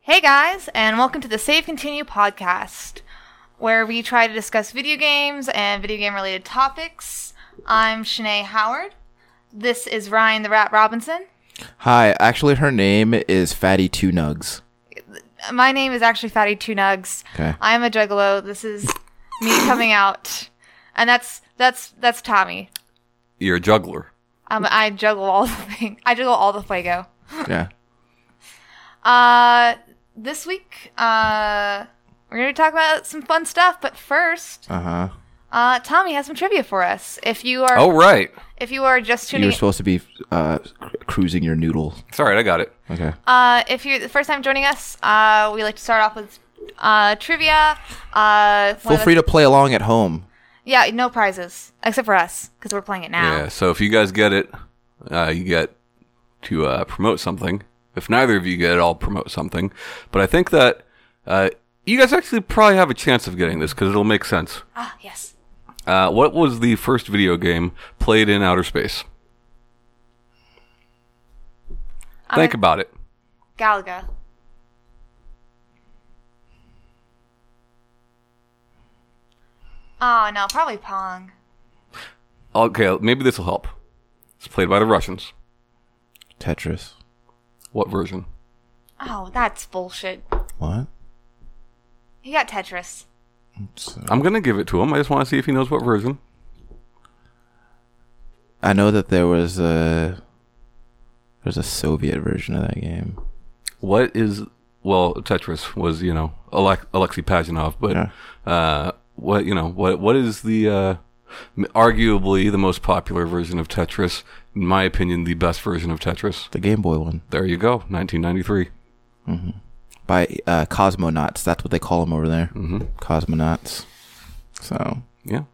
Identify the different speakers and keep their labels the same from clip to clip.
Speaker 1: Hey guys, and welcome to the Save Continue podcast, where we try to discuss video games and video game related topics. I'm Shanae Howard. This is Ryan the Rat Robinson.
Speaker 2: Hi, actually, her name is Fatty Two Nugs.
Speaker 1: My name is actually Fatty Two Nugs.
Speaker 2: Okay.
Speaker 1: I am a juggalo. This is me coming out, and that's that's that's Tommy.
Speaker 3: You're a juggler.
Speaker 1: Um, I juggle all the thing. I juggle all the fuego.
Speaker 2: Yeah.
Speaker 1: Uh, this week, uh, we're gonna talk about some fun stuff. But first,
Speaker 2: Uh huh.
Speaker 1: uh, Tommy has some trivia for us. If you are
Speaker 3: Oh, right.
Speaker 1: if you are just
Speaker 2: You
Speaker 1: tuning,
Speaker 2: were supposed to be uh, cr- cruising your noodle.
Speaker 3: It's all right. I got it.
Speaker 2: Okay.
Speaker 1: uh, if you're the first time joining us, uh, we like to start off with uh, trivia. Uh,
Speaker 2: Feel free to play along at home.
Speaker 1: yeah, no prizes except for us because we're playing it now.
Speaker 3: Yeah. So if you guys get it, uh, you get to uh, promote something. If neither of you get it, I'll promote something. But I think that uh, you guys actually probably have a chance of getting this because it'll make sense.
Speaker 1: Ah, yes.
Speaker 3: Uh, what was the first video game played in outer space?
Speaker 1: I'm
Speaker 3: Think
Speaker 1: a-
Speaker 3: about it.
Speaker 1: Galaga. Oh no, probably Pong.
Speaker 3: Okay, maybe this will help. It's played by the Russians.
Speaker 2: Tetris.
Speaker 3: What version?
Speaker 1: Oh, that's bullshit.
Speaker 2: What?
Speaker 1: He got Tetris.
Speaker 2: It's, uh,
Speaker 3: I'm gonna give it to him. I just want to see if he knows what version.
Speaker 2: I know that there was a there's a Soviet version of that game.
Speaker 3: What is well Tetris was you know Alec- Alexei Pajinov, but
Speaker 2: Yeah.
Speaker 3: uh, what you know what what is the uh, m- arguably the most popular version of Tetris? In my opinion, the best version of Tetris.
Speaker 2: The Game Boy one
Speaker 3: There you go, 1993.
Speaker 2: by uh, Cosmonauts. That's what they call them over there. Mm-hmm. Cosmonauts. So.
Speaker 3: Yeah,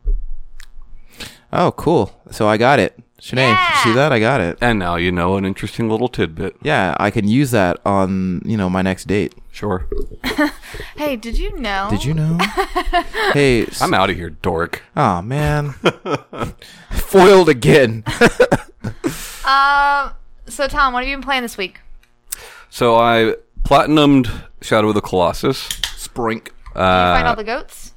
Speaker 2: Oh, cool. So I got it. Shanae,
Speaker 1: Yeah.
Speaker 2: see that? I got it.
Speaker 3: and now you know an interesting little tidbit.
Speaker 2: Yeah, I can use that on you know my next date.
Speaker 3: Sure,
Speaker 1: Hey, did you know?
Speaker 2: Did you know? hey, s-
Speaker 3: I'm out of here, dork.
Speaker 2: oh man, foiled again.
Speaker 1: Um. So Tom, what have you been playing this week?
Speaker 3: So I platinumed Shadow of the Colossus.
Speaker 2: Sprink.
Speaker 1: Did you find all the goats?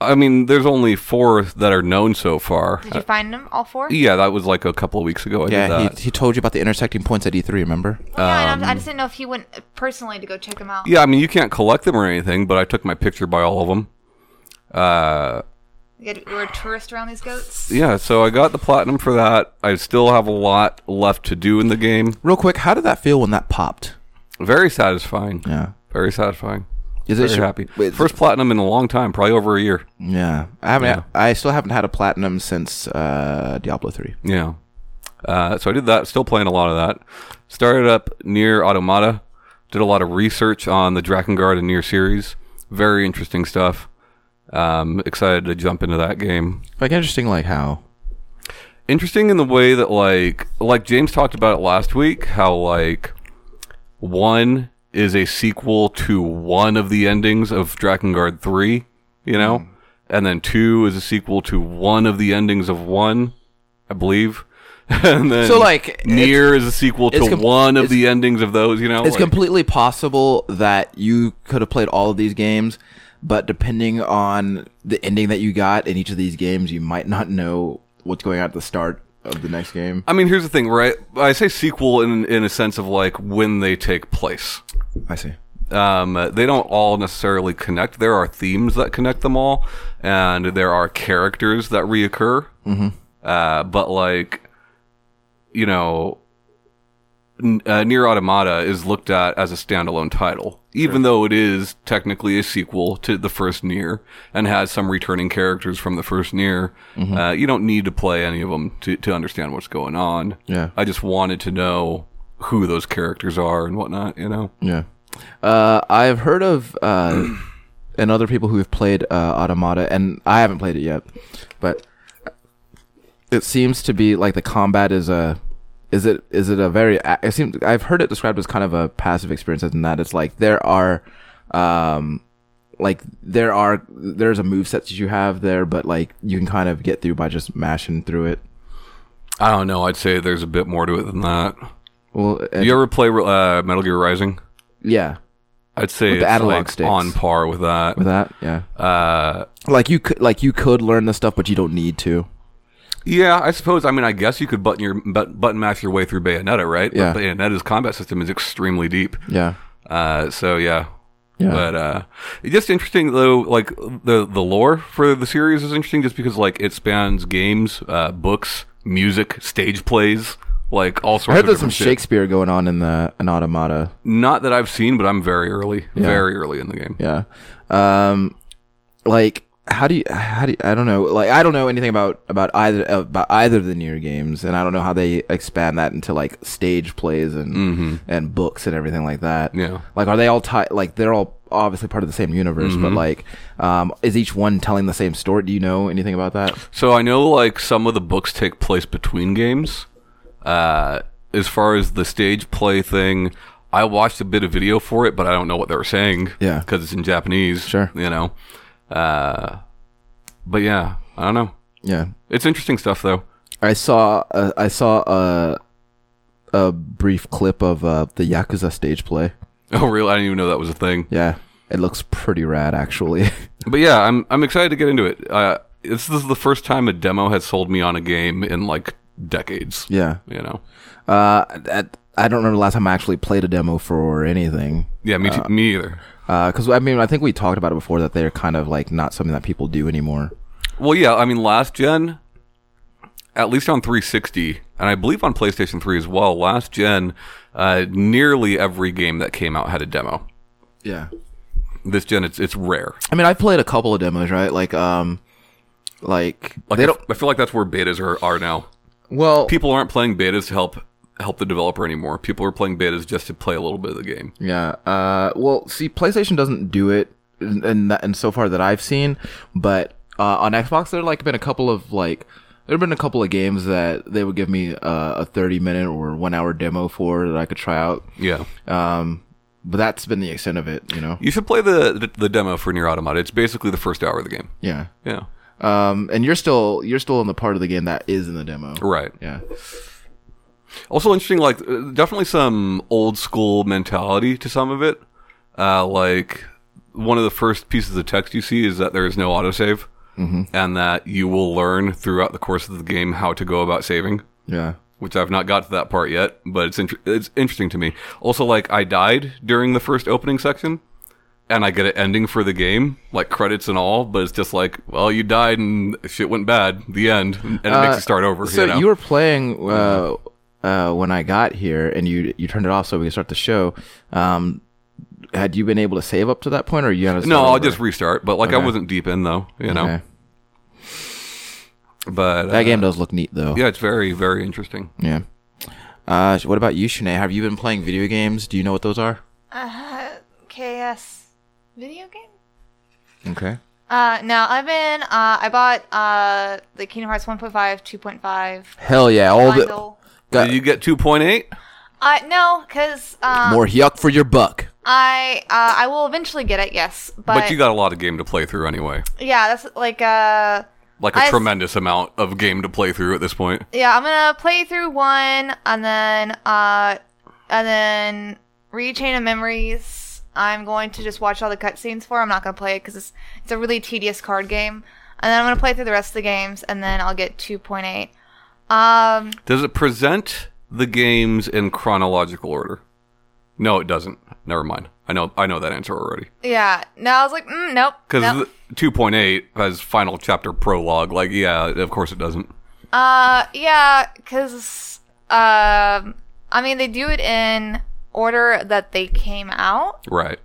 Speaker 3: I mean, there's only four that are known so far.
Speaker 1: Did you find them all four?
Speaker 3: Yeah, that was like a couple of weeks ago. I did
Speaker 2: Yeah,
Speaker 3: that.
Speaker 2: he, he told you about the intersecting points at E3. Remember?
Speaker 1: Well, yeah, and I'm, I just didn't know if he went personally to go check them out.
Speaker 3: Yeah, I mean, you can't collect them or anything, but I took my picture by all of them. Uh,
Speaker 1: You had- you were a tourist around these goats.
Speaker 3: yeah, so I got the platinum for that. I still have a lot left to do in the game.
Speaker 2: Real quick, how did that feel when that popped?
Speaker 3: Very satisfying.
Speaker 2: Yeah.
Speaker 3: Very satisfying.
Speaker 2: Is
Speaker 3: Very
Speaker 2: sur-
Speaker 3: happy.
Speaker 2: wait,
Speaker 3: First platinum in a long time, probably over a year.
Speaker 2: Yeah, I haven't.
Speaker 3: Yeah.
Speaker 2: I still haven't had a platinum since uh, Diablo three.
Speaker 3: Yeah. Uh, so I did that. Still playing a lot of that. Started up near Automata. Did a lot of research on the Drakengard and near series. Very interesting stuff. Um, excited to jump into that game.
Speaker 2: Like interesting, like how?
Speaker 3: interesting in the way that like like James talked about it last week how like one is a sequel to one of the endings of Drakengard 3, you know? And then 2 is a sequel to one of the endings of 1, I believe. and then
Speaker 2: So, like,
Speaker 3: Near is a sequel to
Speaker 2: it's com-
Speaker 3: one of
Speaker 2: it's-
Speaker 3: the endings of those, you know?
Speaker 2: It's
Speaker 3: Like,
Speaker 2: completely possible that you could have played all of these games, but depending on the ending that you got in each of these games, you might not know what's going on at the start of the next game.
Speaker 3: I mean, here's the thing, right? I say sequel in in a sense of like when they take place.
Speaker 2: I see.
Speaker 3: um, they don't all necessarily connect. There are themes that connect them all, and there are characters that reoccur. Mm-hmm. Uh, but like, you know, N- uh, Near Automata is looked at as a standalone title, even though it is technically a sequel to the first Near and has some returning characters from the first Near. Uh, you don't need to play any of them to, to understand what's going on.
Speaker 2: Yeah.
Speaker 3: I just wanted to know who those characters are and whatnot. You know.
Speaker 2: Yeah. Uh, I've heard of uh, and other people who have played uh, Automata, and I haven't played it yet, but it seems to be like the combat is a is it is it a very a- it seems I've heard it described as kind of a passive experience, in that it's like there are um like there are there's a move set that you have there, but like you can kind of get through by just mashing through it.
Speaker 3: I don't know. I'd say there's a bit more to it than that.
Speaker 2: Well, and-
Speaker 3: You ever play uh, Metal Gear Rising?
Speaker 2: yeah,
Speaker 3: I'd say
Speaker 2: the
Speaker 3: it's
Speaker 2: analog
Speaker 3: like
Speaker 2: sticks.
Speaker 3: on par with that.
Speaker 2: with that. Yeah,
Speaker 3: Uh,
Speaker 2: like you could like you could learn this stuff, but you don't need to.
Speaker 3: yeah, I suppose. I mean, I guess you could button your but, button mash your way through Bayonetta, right?
Speaker 2: Yeah.
Speaker 3: But Bayonetta's combat system is extremely deep.
Speaker 2: Yeah,
Speaker 3: Uh, so yeah.
Speaker 2: Yeah.
Speaker 3: But uh, it's just interesting though, like the the lore for the series is interesting, just because like it spans games, uh, books, music, stage plays, like all sorts.
Speaker 2: I heard
Speaker 3: of
Speaker 2: there's some
Speaker 3: different shit.
Speaker 2: Shakespeare going on in the in Automata.
Speaker 3: Not that I've seen, but I'm very early, very early in the game.
Speaker 2: Yeah, um, like how do you how do you, I don't know like I don't know anything about about either uh, about either of the near games, and I don't know how they expand that into like stage plays and and books and everything like that.
Speaker 3: Mm-hmm. Yeah.
Speaker 2: like are they all tied? Like they're all obviously part of the same universe, but
Speaker 3: Mm-hmm.
Speaker 2: like, um, is each one telling the same story? Do you know anything about that?
Speaker 3: So I know like some of the books take place between games. Uh, as far as the stage play thing, I watched a bit of video for it, but I don't know what they were saying.
Speaker 2: Yeah.
Speaker 3: because it's in Japanese.
Speaker 2: Sure.
Speaker 3: you know. Uh, but yeah, I don't know.
Speaker 2: Yeah,
Speaker 3: It's interesting stuff though.
Speaker 2: I saw uh, I saw a a brief clip of uh, the Yakuza stage play.
Speaker 3: Oh, really? I didn't even know that was a thing.
Speaker 2: Yeah, it looks pretty rad actually.
Speaker 3: But yeah, I'm I'm excited to get into it. Uh, this, this is the first time a demo has sold me on a game in like decades.
Speaker 2: yeah,
Speaker 3: You know.
Speaker 2: uh, that, I don't remember the last time I actually played a demo for anything.
Speaker 3: Yeah, me too, me either.
Speaker 2: Because I mean, I think we talked about it before that they're kind of like not something that people do anymore.
Speaker 3: Well, yeah, I mean, last gen, at least on 360, and I believe on PlayStation 3 as well, last gen, uh, nearly every game that came out had a demo.
Speaker 2: Yeah,
Speaker 3: This gen, it's it's rare.
Speaker 2: I mean, I've played a couple of demos, right? Like, um, like,
Speaker 3: Like
Speaker 2: they
Speaker 3: I
Speaker 2: don't.
Speaker 3: f- I feel like that's where betas are, are now.
Speaker 2: Well,
Speaker 3: People aren't playing betas to help help the developer anymore. People are playing betas just to play a little bit of the game.
Speaker 2: Yeah. Uh, well, see, PlayStation doesn't do it, and and, that- and so far that I've seen, but uh, on Xbox, there like been a couple of like there have been a couple of games that they would give me uh, a thirty minute or one hour demo for that I could try out.
Speaker 3: Yeah.
Speaker 2: Um, but that's been the extent of it, you know.
Speaker 3: You should play the the, the demo for Near Automata. It's basically the first hour of the game.
Speaker 2: Yeah.
Speaker 3: Yeah.
Speaker 2: Um, and you're still you're still in the part of the game that is in the demo.
Speaker 3: Right.
Speaker 2: Yeah.
Speaker 3: Also interesting, like uh, definitely some old school mentality to some of it. Uh, like one of the first pieces of text you see is that there is no autosave,
Speaker 2: Mm-hmm.
Speaker 3: and that you will learn throughout the course of the game how to go about saving.
Speaker 2: Yeah.
Speaker 3: Which I've not got to that part yet, but it's inter- it's interesting to me. Also, like I died during the first opening section, and I get an ending for the game, like credits and all, but it's just like, well, you died and shit went bad. The end, and it makes you start over.
Speaker 2: Uh, So
Speaker 3: you, know?
Speaker 2: you were playing uh, uh, when I got here, and you you turned it off so we could start the show. Um, had you been able to save up to that point, or you had to
Speaker 3: No,
Speaker 2: start
Speaker 3: I'll
Speaker 2: over?
Speaker 3: just restart. But like, I wasn't deep in though, you know.
Speaker 2: Okay.
Speaker 3: But
Speaker 2: That
Speaker 3: uh,
Speaker 2: game does look neat, though.
Speaker 3: yeah, it's very, very interesting.
Speaker 2: Yeah. Uh, sh- what about you, Shanae? Have you been playing video games? Do you know what those are?
Speaker 1: KS video game?
Speaker 2: Okay.
Speaker 1: Uh, no, I've been, uh, I bought, uh, the Kingdom Hearts 1.5, 2.5
Speaker 2: Hell yeah! All the
Speaker 1: bundle.
Speaker 2: got
Speaker 3: Did you get two point eight?
Speaker 1: Uh, no, cause, um,
Speaker 2: more yuck for your buck.
Speaker 1: I, uh, I will eventually get it, yes, but,
Speaker 3: But you got a lot of game to play through anyway.
Speaker 1: yeah, that's like, uh,
Speaker 3: Like a
Speaker 1: I-
Speaker 3: tremendous amount of game to play through at this point.
Speaker 1: yeah, I'm gonna play through one, and then, uh, and then Rechain of Memories. I'm going to just watch all the cutscenes for. I'm not gonna play it because it's it's a really tedious card game. And then I'm gonna play through the rest of the games, and then I'll get 2.8. Um,
Speaker 3: Does it present the games in chronological order? No, it doesn't. Never mind. I know. I know that answer already.
Speaker 1: yeah. No, I was like, mm, nope.
Speaker 3: Because
Speaker 1: nope.
Speaker 3: two point eight has final chapter prologue. Like, yeah, of course it doesn't.
Speaker 1: Uh, yeah, because um, I mean they do it in order that they came out.
Speaker 3: Right.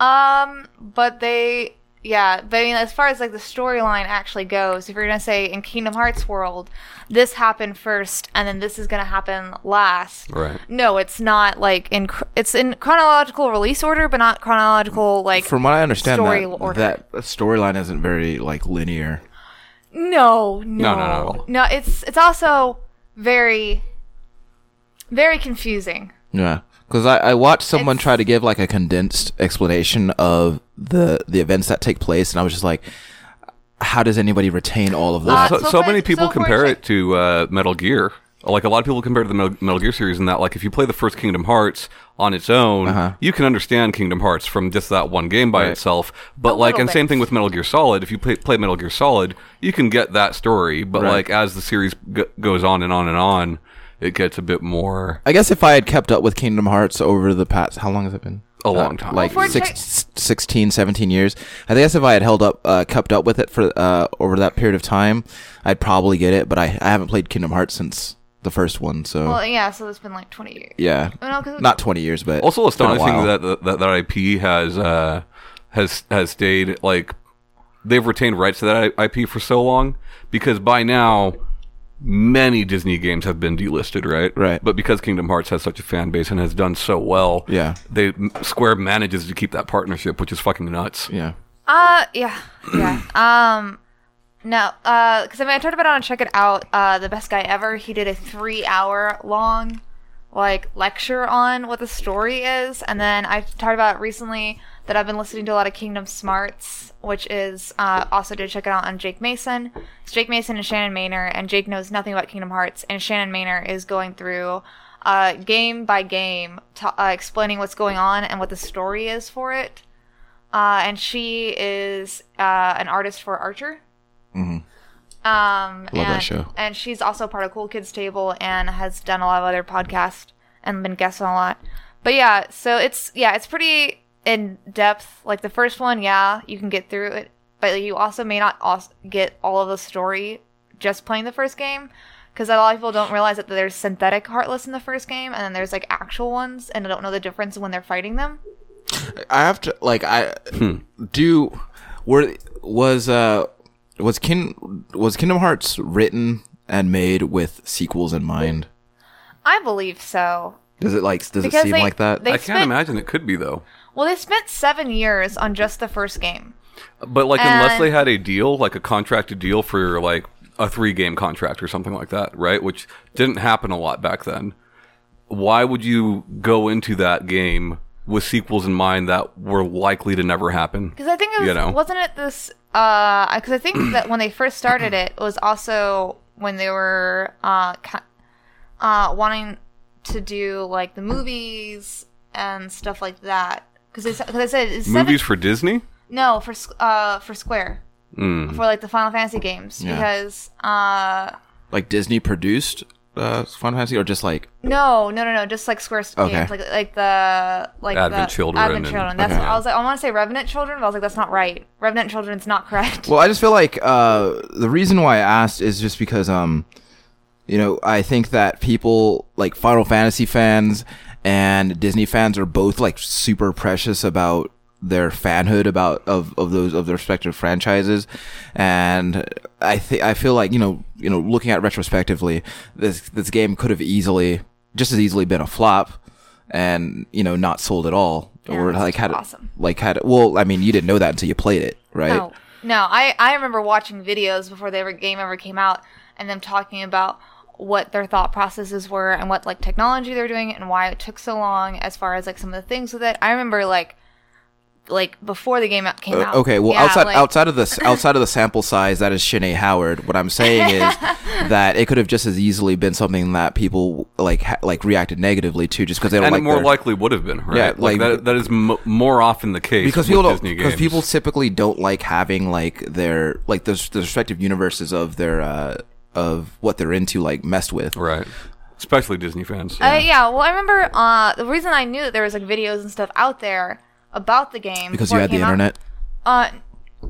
Speaker 1: Um, but they, yeah, but I mean as far as like the storyline actually goes, if you're gonna say in Kingdom Hearts world, this happened first, and then this is gonna happen last.
Speaker 3: Right.
Speaker 1: No, it's not like in cr- it's in chronological release order, but not chronological like
Speaker 2: From what I understand,
Speaker 1: Story
Speaker 2: that,
Speaker 1: order.
Speaker 2: that storyline isn't very like linear.
Speaker 1: No, no,
Speaker 3: no, not at all.
Speaker 1: no. It's it's also very, very confusing.
Speaker 2: Yeah, because I, I watched someone try to give like a condensed explanation of the the events that take place, and I was just like, how does anybody retain all of that?
Speaker 1: Uh,
Speaker 3: so,
Speaker 1: so
Speaker 3: so
Speaker 1: for-
Speaker 3: many people
Speaker 1: so for
Speaker 3: compare
Speaker 1: exa-
Speaker 3: it to uh, Metal Gear. Like a lot of people compare to the Metal, Metal Gear series in that, like if you play the first Kingdom Hearts on its own, you can understand Kingdom Hearts from just that one game by itself. But like,
Speaker 1: little
Speaker 3: and
Speaker 1: bit.
Speaker 3: same thing with Metal Gear Solid. If you play, play Metal Gear Solid, you can get that story. But like as the series g- goes on and on and on, it gets a bit more
Speaker 2: I guess if I had kept up with Kingdom Hearts over the past, how long has it been?
Speaker 3: a long time.
Speaker 2: Like
Speaker 1: for
Speaker 2: six,
Speaker 1: Chi-
Speaker 2: s- 16, 17 years. I guess if I had held up, uh, kept up with it for uh, over that period of time, I'd probably get it. But I, I haven't played Kingdom Hearts since the first one, so
Speaker 1: Well, yeah, so it's been like 20 years.
Speaker 2: yeah,
Speaker 1: Oh, no, 'cause-
Speaker 2: not twenty years, but
Speaker 3: also
Speaker 2: it's been a
Speaker 3: astonishing
Speaker 2: while.
Speaker 3: that, that that that IP has uh, has has stayed like they've retained rights to that I- IP for so long because by now many Disney games have been delisted, right?
Speaker 2: Right.
Speaker 3: But because Kingdom Hearts has such a fan base and has done so well,
Speaker 2: Yeah.
Speaker 3: they Square manages to keep that partnership, which is fucking nuts.
Speaker 2: yeah,
Speaker 1: Uh, yeah, yeah. um, no, uh, because I mean, I talked about it on Check It Out. Uh, the best guy ever. He did a three-hour long, like, lecture on what the story is, and then I talked about recently that I've been listening to a lot of Kingdom Smarts, which is uh, also did Check It Out on Jake Mason. It's Jake Mason and Shannon Maynor, and Jake knows nothing about Kingdom Hearts, and Shannon Maynor is going through. Uh, game by game, ta uh, explaining what's going on and what the story is for it. Uh, and she is uh, an artist for Archer. Mm-hmm. Um, Love and,
Speaker 2: that show.
Speaker 1: And she's also part of Cool Kids Table and has done a lot of other podcasts and been guest on a lot. But yeah, so it's yeah, it's pretty in depth. Like the first one, yeah, you can get through it, but you also may not also get all of the story just playing the first game. Because a lot of people don't realize that there's synthetic heartless in the first game, and then there's like actual ones, and they don't know the difference when they're fighting them.
Speaker 2: I have to like I do. Were was uh was Kin was Kingdom Hearts written and made with sequels in mind?
Speaker 1: I believe so.
Speaker 2: Does it like does it
Speaker 1: Because
Speaker 2: seem
Speaker 1: they-
Speaker 2: like that?
Speaker 1: they-
Speaker 3: I
Speaker 1: They've
Speaker 3: can't
Speaker 1: spent-
Speaker 3: imagine it could be though.
Speaker 1: Well, they spent seven years on just the first game.
Speaker 3: But like, unless
Speaker 1: And-
Speaker 3: they had a deal, like a contracted deal for like a three-game contract or something like that, right? Which didn't happen a lot back then. Why would you go into that game with sequels in mind that were likely to never happen?
Speaker 1: Because I think it was,
Speaker 3: You know.
Speaker 1: wasn't it this? Because I think that when they first started it, it was also when they were uh, ki- uh, wanting to do like the movies and stuff like that. Because I said it's seven,
Speaker 3: Movies for Disney?
Speaker 1: No, for Sq- uh, for Square
Speaker 3: Mm.
Speaker 1: for like the Final Fantasy games
Speaker 2: Yeah.
Speaker 1: because uh,
Speaker 2: like Disney produced uh Final Fantasy or just like
Speaker 1: No, no, no, no. Just like Square
Speaker 2: Okay.
Speaker 1: games, like like the like
Speaker 3: Advent
Speaker 1: the,
Speaker 3: Children
Speaker 1: Advent
Speaker 3: and-
Speaker 1: Children. That's
Speaker 3: Okay.
Speaker 1: I was like, I want to say Revenant Children, but I was like, that's not right. Revenant Children's not correct.
Speaker 2: Well, I just feel like uh, the reason why I asked is just because, um, you know, I think that people like Final Fantasy fans and Disney fans are both like super precious about their fanhood about of, of those of their respective franchises and i think i feel like you know you know looking at it retrospectively this this game could have easily just as easily been a flop and you know not sold at all
Speaker 1: Yeah,
Speaker 2: or
Speaker 1: that's
Speaker 2: like had
Speaker 1: awesome.
Speaker 2: like had well i mean you didn't know that until you played it right
Speaker 1: no, no. I I remember watching videos before the ever, game ever came out, and them talking about what their thought processes were and what like technology they're doing and why it took so long as far as like some of the things with it. I remember like like before the game out- came out.
Speaker 2: Uh, Okay, well,
Speaker 1: Yeah,
Speaker 2: outside
Speaker 1: like-
Speaker 2: outside of this outside of the sample size that is Shanae Howard, what I'm saying is that it could have just as easily been something that people like ha- like reacted negatively to, just because they don't
Speaker 3: And
Speaker 2: like
Speaker 3: it more
Speaker 2: their-
Speaker 3: likely would have been, right?
Speaker 2: Yeah,
Speaker 3: like,
Speaker 2: like-
Speaker 3: that, that is m- more often the case
Speaker 2: because
Speaker 3: with
Speaker 2: people don't
Speaker 3: Disney
Speaker 2: because
Speaker 3: games.
Speaker 2: people typically don't like having like their like those the respective universes of their uh of what they're into like messed with.
Speaker 3: right, especially Disney fans.
Speaker 1: Uh, yeah, well, I remember uh, the reason I knew that there was like videos and stuff out there about the game
Speaker 2: Because
Speaker 1: before
Speaker 2: you
Speaker 1: it
Speaker 2: had the
Speaker 1: came out.
Speaker 2: internet.
Speaker 1: Uh,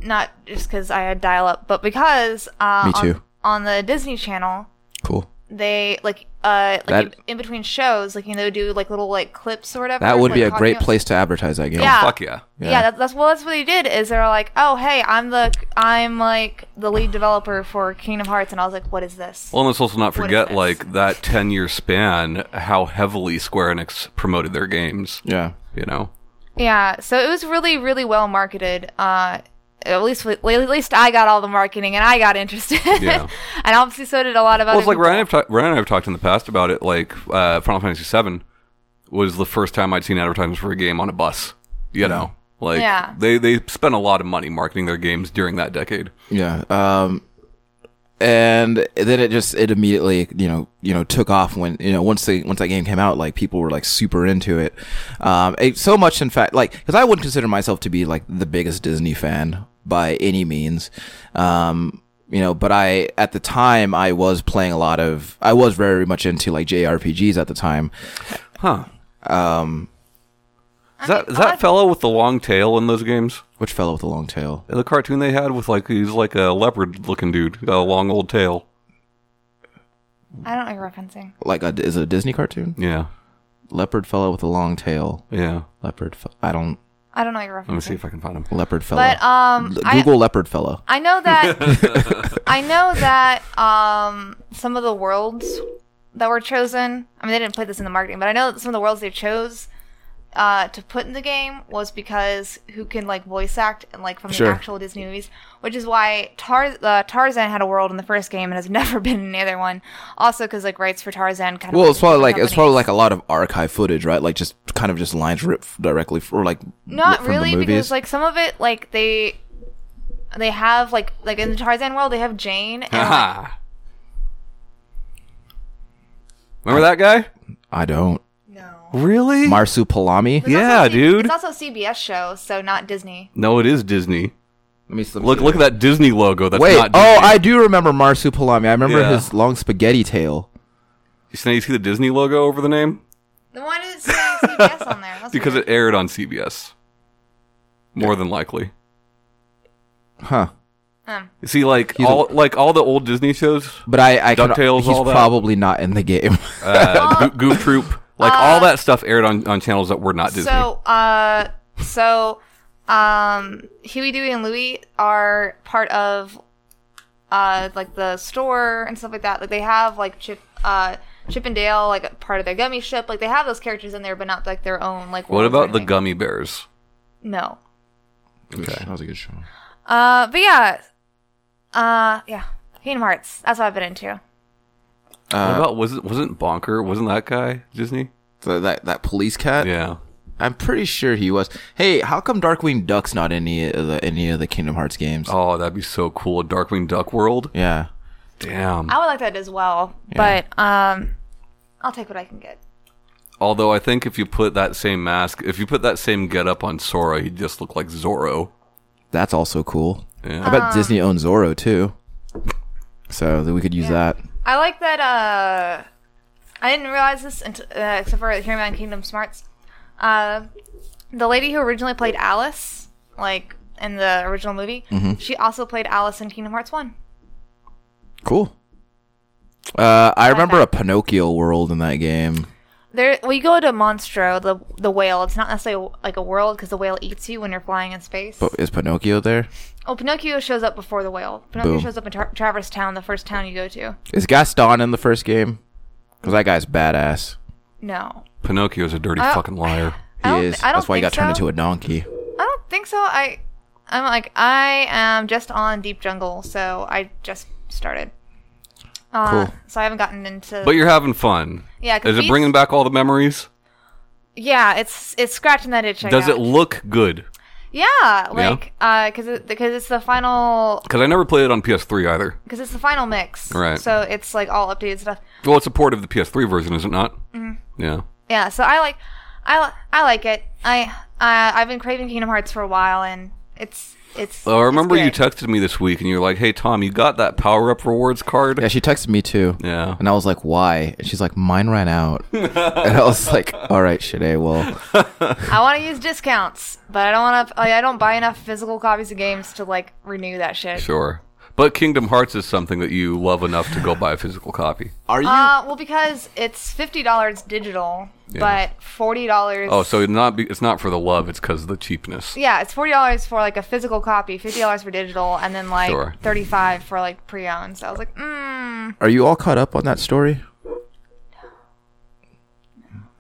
Speaker 1: not just because I had dial up, but because uh,
Speaker 2: Me too.
Speaker 1: On, on the Disney Channel,
Speaker 2: Cool.
Speaker 1: they like uh like
Speaker 2: That-
Speaker 1: in, in between shows, like you know, they would do like little like clips or whatever.
Speaker 2: That would
Speaker 1: like,
Speaker 2: be a
Speaker 1: talking
Speaker 2: great
Speaker 1: about-
Speaker 2: place to advertise that game.
Speaker 1: Yeah.
Speaker 3: Oh, Fuck yeah.
Speaker 1: Yeah, that, that's well, that's what they did. Is they're like, oh hey, I'm the I'm like the lead developer for Kingdom Hearts, and I was like, what is this?
Speaker 3: Well, and let's also not
Speaker 1: is
Speaker 3: forget,
Speaker 1: this?
Speaker 3: like, that 10 year span, how heavily Square Enix promoted their games,
Speaker 2: Yeah.
Speaker 3: you know?
Speaker 1: Yeah, so it was really, really well marketed. Uh, at least, at least I got all the marketing, and I got interested.
Speaker 3: Yeah.
Speaker 1: and obviously, so did a lot of other.
Speaker 3: Well, it's like
Speaker 1: people.
Speaker 3: Ryan, and I've ta- Ryan and I have talked in the past about it. Like uh, Final Fantasy VII was the first time I'd seen advertisements for a game on a bus. You know, like
Speaker 1: Yeah.
Speaker 3: they they spent a lot of money marketing their games during that decade.
Speaker 2: Yeah. Um, and then it just it immediately you know you know took off when you know once the once that game came out like people were like super into it um it, so much in fact like because i wouldn't consider myself to be like the biggest disney fan by any means um you know but i at the time i was playing a lot of i was very much into like jrpgs at the time
Speaker 3: Huh. Um, is that is that fellow with the long tail in those games?
Speaker 2: which fellow with the long tail
Speaker 3: The cartoon they had with like he's like a leopard looking dude, a long old tail.
Speaker 1: I don't like referencing.
Speaker 2: like a, is it a disney cartoon
Speaker 3: Yeah,
Speaker 2: leopard fellow with a long tail
Speaker 3: yeah.
Speaker 2: leopard fe- i don't
Speaker 1: I don't know your
Speaker 3: Let me
Speaker 1: reference.
Speaker 3: see if I can find him.
Speaker 2: leopard fellow
Speaker 1: But um,
Speaker 2: L-
Speaker 1: I,
Speaker 2: google leopard fellow
Speaker 1: I know that I know that um, some of the worlds that were chosen. I mean, they didn't put this in the marketing, but I know that some of the worlds they chose uh, to put in the game was because who can like voice act and like from
Speaker 2: Sure.
Speaker 1: the actual Disney movies, which is why Tar- uh, Tarzan had a world in the first game and has never been in the other one. Also, because like rights for Tarzan kind of
Speaker 2: Well,
Speaker 1: went
Speaker 2: it's
Speaker 1: to
Speaker 2: probably like
Speaker 1: different
Speaker 2: it's probably
Speaker 1: companies.
Speaker 2: like a lot of archive footage, right? Like just kind of just lines ripped directly f- or like
Speaker 1: not
Speaker 2: from
Speaker 1: really
Speaker 2: the movies.
Speaker 1: because like some of it like they they have like like in the Tarzan world they have Jane and like,
Speaker 3: Aha. Remember that guy?
Speaker 2: I don't
Speaker 1: no
Speaker 3: Really?
Speaker 2: marsupilami.
Speaker 1: It's also
Speaker 3: Yeah,
Speaker 1: a C-
Speaker 3: dude.
Speaker 1: It's also a CBS show, so not Disney.
Speaker 3: no, it is Disney.
Speaker 2: Let me s- let me
Speaker 3: Look,
Speaker 2: see.
Speaker 3: look at that Disney logo. That's
Speaker 2: Wait,
Speaker 3: not Disney.
Speaker 2: oh, I do remember marsupilami. I remember
Speaker 3: Yeah.
Speaker 2: his long spaghetti tail.
Speaker 3: You see- you see the Disney logo over the name
Speaker 1: The one is saying CBS on there. That's
Speaker 3: because
Speaker 1: weird.
Speaker 3: it aired on CBS. More than likely.
Speaker 2: Huh.
Speaker 1: Um,
Speaker 3: You see, like
Speaker 2: He's a-
Speaker 3: all like all the old Disney shows,
Speaker 2: But I, I can,
Speaker 3: DuckTales,
Speaker 2: he's
Speaker 3: all that.
Speaker 2: probably not in the game.
Speaker 3: uh, Goo- Goof Troop, like all that stuff aired on on channels that were not Disney.
Speaker 1: so, uh, so, um, Huey, Dewey, and Louie are part of, uh, like the store and stuff like that. Like they have like Chip, uh, Chip and Dale, like a part of their gummy ship. Like they have those characters in there, but not like their own. Like
Speaker 3: what
Speaker 1: worlds or
Speaker 3: about the
Speaker 1: anything.
Speaker 3: gummy bears?
Speaker 1: No.
Speaker 3: Okay.
Speaker 2: That was a good show.
Speaker 1: Uh, but yeah, uh, yeah, Kingdom Hearts. That's what I've been into.
Speaker 3: what
Speaker 2: Uh,
Speaker 3: about was it wasn't Bonker? Wasn't that guy Disney?
Speaker 2: so that that police cat.
Speaker 3: Yeah.
Speaker 2: I'm pretty sure he was. Hey, how come Darkwing Duck's not in any of the any of the Kingdom Hearts games?
Speaker 3: Oh, that'd be so cool. A Darkwing Duck world.
Speaker 2: Yeah.
Speaker 3: Damn.
Speaker 1: I would like that as well, but um, I'll take what I can get.
Speaker 3: Although I think if you put that same mask, if you put that same getup on Sora, he'd just look like Zorro.
Speaker 2: That's also cool.
Speaker 3: Yeah.
Speaker 2: I bet Disney owns Zorro too. So that we could use that.
Speaker 1: I like that. Uh, I didn't realize this until, uh, except for hearing on Kingdom Smarts. Uh, the lady who originally played Alice, like in the original movie,
Speaker 2: Mm-hmm.
Speaker 1: she also played Alice in Kingdom Hearts One.
Speaker 2: Cool. Uh, I remember a Pinocchio world in that game.
Speaker 1: There, we go to Monstro, the the whale. It's not necessarily like a world because the whale eats you when you're flying in space.
Speaker 2: But is Pinocchio there?
Speaker 1: oh, Pinocchio shows up before the whale. Pinocchio
Speaker 2: Boom.
Speaker 1: shows up in Tra- Traverse Town, the first town you go to.
Speaker 2: Is Gaston in the first game? Because that guy's badass.
Speaker 1: No,
Speaker 3: Pinocchio's a dirty
Speaker 1: I-
Speaker 3: fucking liar.
Speaker 1: I
Speaker 2: He
Speaker 1: don't
Speaker 2: is.
Speaker 1: thi- I don't
Speaker 2: That's why he
Speaker 1: think
Speaker 2: got turned
Speaker 1: so.
Speaker 2: into a donkey.
Speaker 1: I don't think so. I I'm like I am just on Deep Jungle, so I just started. Uh,
Speaker 2: Cool.
Speaker 1: So I haven't gotten into.
Speaker 3: But you're having fun.
Speaker 1: Yeah, 'cause
Speaker 3: Is it
Speaker 1: we-
Speaker 3: bringing back all the memories?
Speaker 1: yeah, it's it's scratching that itch. I
Speaker 3: Does
Speaker 1: got.
Speaker 3: it look good?
Speaker 1: Yeah, like uh 'cause because because it's the final
Speaker 3: Because I never played it on PS3 either.
Speaker 1: because it's the final mix.
Speaker 3: Right.
Speaker 1: So it's like all updated stuff.
Speaker 3: Well, it's a port of the PS3 version, is it not? Mm-hmm. Yeah.
Speaker 1: Yeah. So I like I li- I like it. I uh, I've been craving Kingdom Hearts for a while, and it's it's.
Speaker 3: Well, Uh, I remember you
Speaker 1: it's good.
Speaker 3: texted me this week and you were like, hey, Tom, you got that Power Up Rewards card?
Speaker 2: Yeah, she texted me too.
Speaker 3: Yeah.
Speaker 2: And I was like, why? And she's like, mine ran out. and I was like, all right, Shade, well,
Speaker 1: I want to use discounts, but I don't want to. Like, I don't buy enough physical copies of games to like renew that shit.
Speaker 3: Sure. But Kingdom Hearts is something that you love enough to go buy a physical copy.
Speaker 2: are you?
Speaker 1: Uh, well, because it's fifty dollars digital, but forty dollars.
Speaker 3: Oh, so it's not be- it's not for the love; it's because of the cheapness.
Speaker 1: yeah, it's forty dollars for like a physical copy, fifty dollars for digital, and then like
Speaker 3: Sure. Uh,
Speaker 1: thirty-five for like pre-owned. So I was like, mm.
Speaker 2: are you all caught up on that story?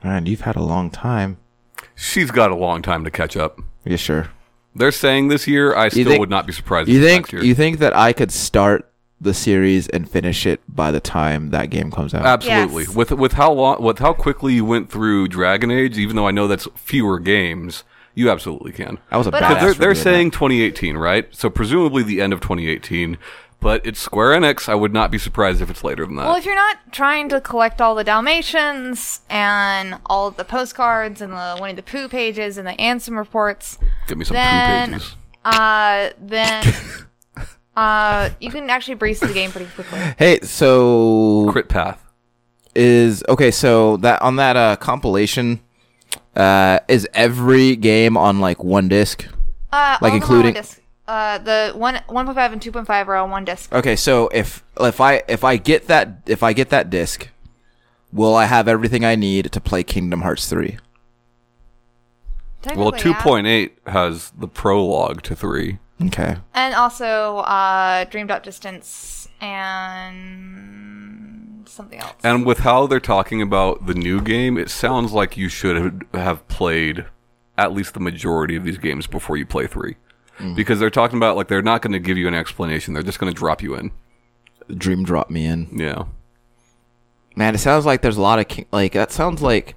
Speaker 2: Man, you've had a long time.
Speaker 3: She's got a long time to catch up.
Speaker 2: Yeah, sure.
Speaker 3: They're saying this year. I still
Speaker 2: think-
Speaker 3: would not be surprised.
Speaker 2: You
Speaker 3: if it's
Speaker 2: think
Speaker 3: next year.
Speaker 2: you think that I could start the series and finish it by the time that game comes out?
Speaker 3: absolutely
Speaker 1: Yes.
Speaker 3: with with how long with how quickly you went through Dragon Age? Even though I know that's fewer games, you absolutely can.
Speaker 2: I was a
Speaker 1: But
Speaker 2: badass.
Speaker 1: I-
Speaker 3: They're,
Speaker 2: for
Speaker 3: they're
Speaker 2: doing
Speaker 3: saying 2018, right? So presumably the end of 2018. But it's Square Enix. I would not be surprised if it's later than that.
Speaker 1: Well, if you're not trying to collect all the Dalmatians and all the postcards and the Winnie the Pooh pages and the Ansem reports,
Speaker 3: Give me some
Speaker 1: then-
Speaker 3: poo pages.
Speaker 1: uh, then uh, you can actually breeze through the game pretty quickly.
Speaker 2: Hey, so
Speaker 3: Crit path.
Speaker 2: is okay. So that on that uh, compilation, uh, is every game on like one disc?
Speaker 1: Uh, all of them
Speaker 2: Like
Speaker 1: are on
Speaker 2: including-
Speaker 1: one disc. Uh, the one 1.5 and 2.5 are on one disc.
Speaker 2: Okay, so if if I if I get that if I get that disc, will I have everything I need to play Kingdom Hearts three?
Speaker 3: Well,
Speaker 1: Technically,
Speaker 3: two
Speaker 1: yeah.
Speaker 3: point eight has the prologue to three.
Speaker 2: Okay.
Speaker 1: And also uh, Dream Drop Distance and something else.
Speaker 3: And with how they're talking about the new game, it sounds like you should have played at least the majority of these games before you play three, because they're talking about like they're not going to give you an explanation. They're just going to drop you in.
Speaker 2: Dream drop me in.
Speaker 3: Yeah.
Speaker 2: Man, it sounds like there's a lot of king- like that sounds like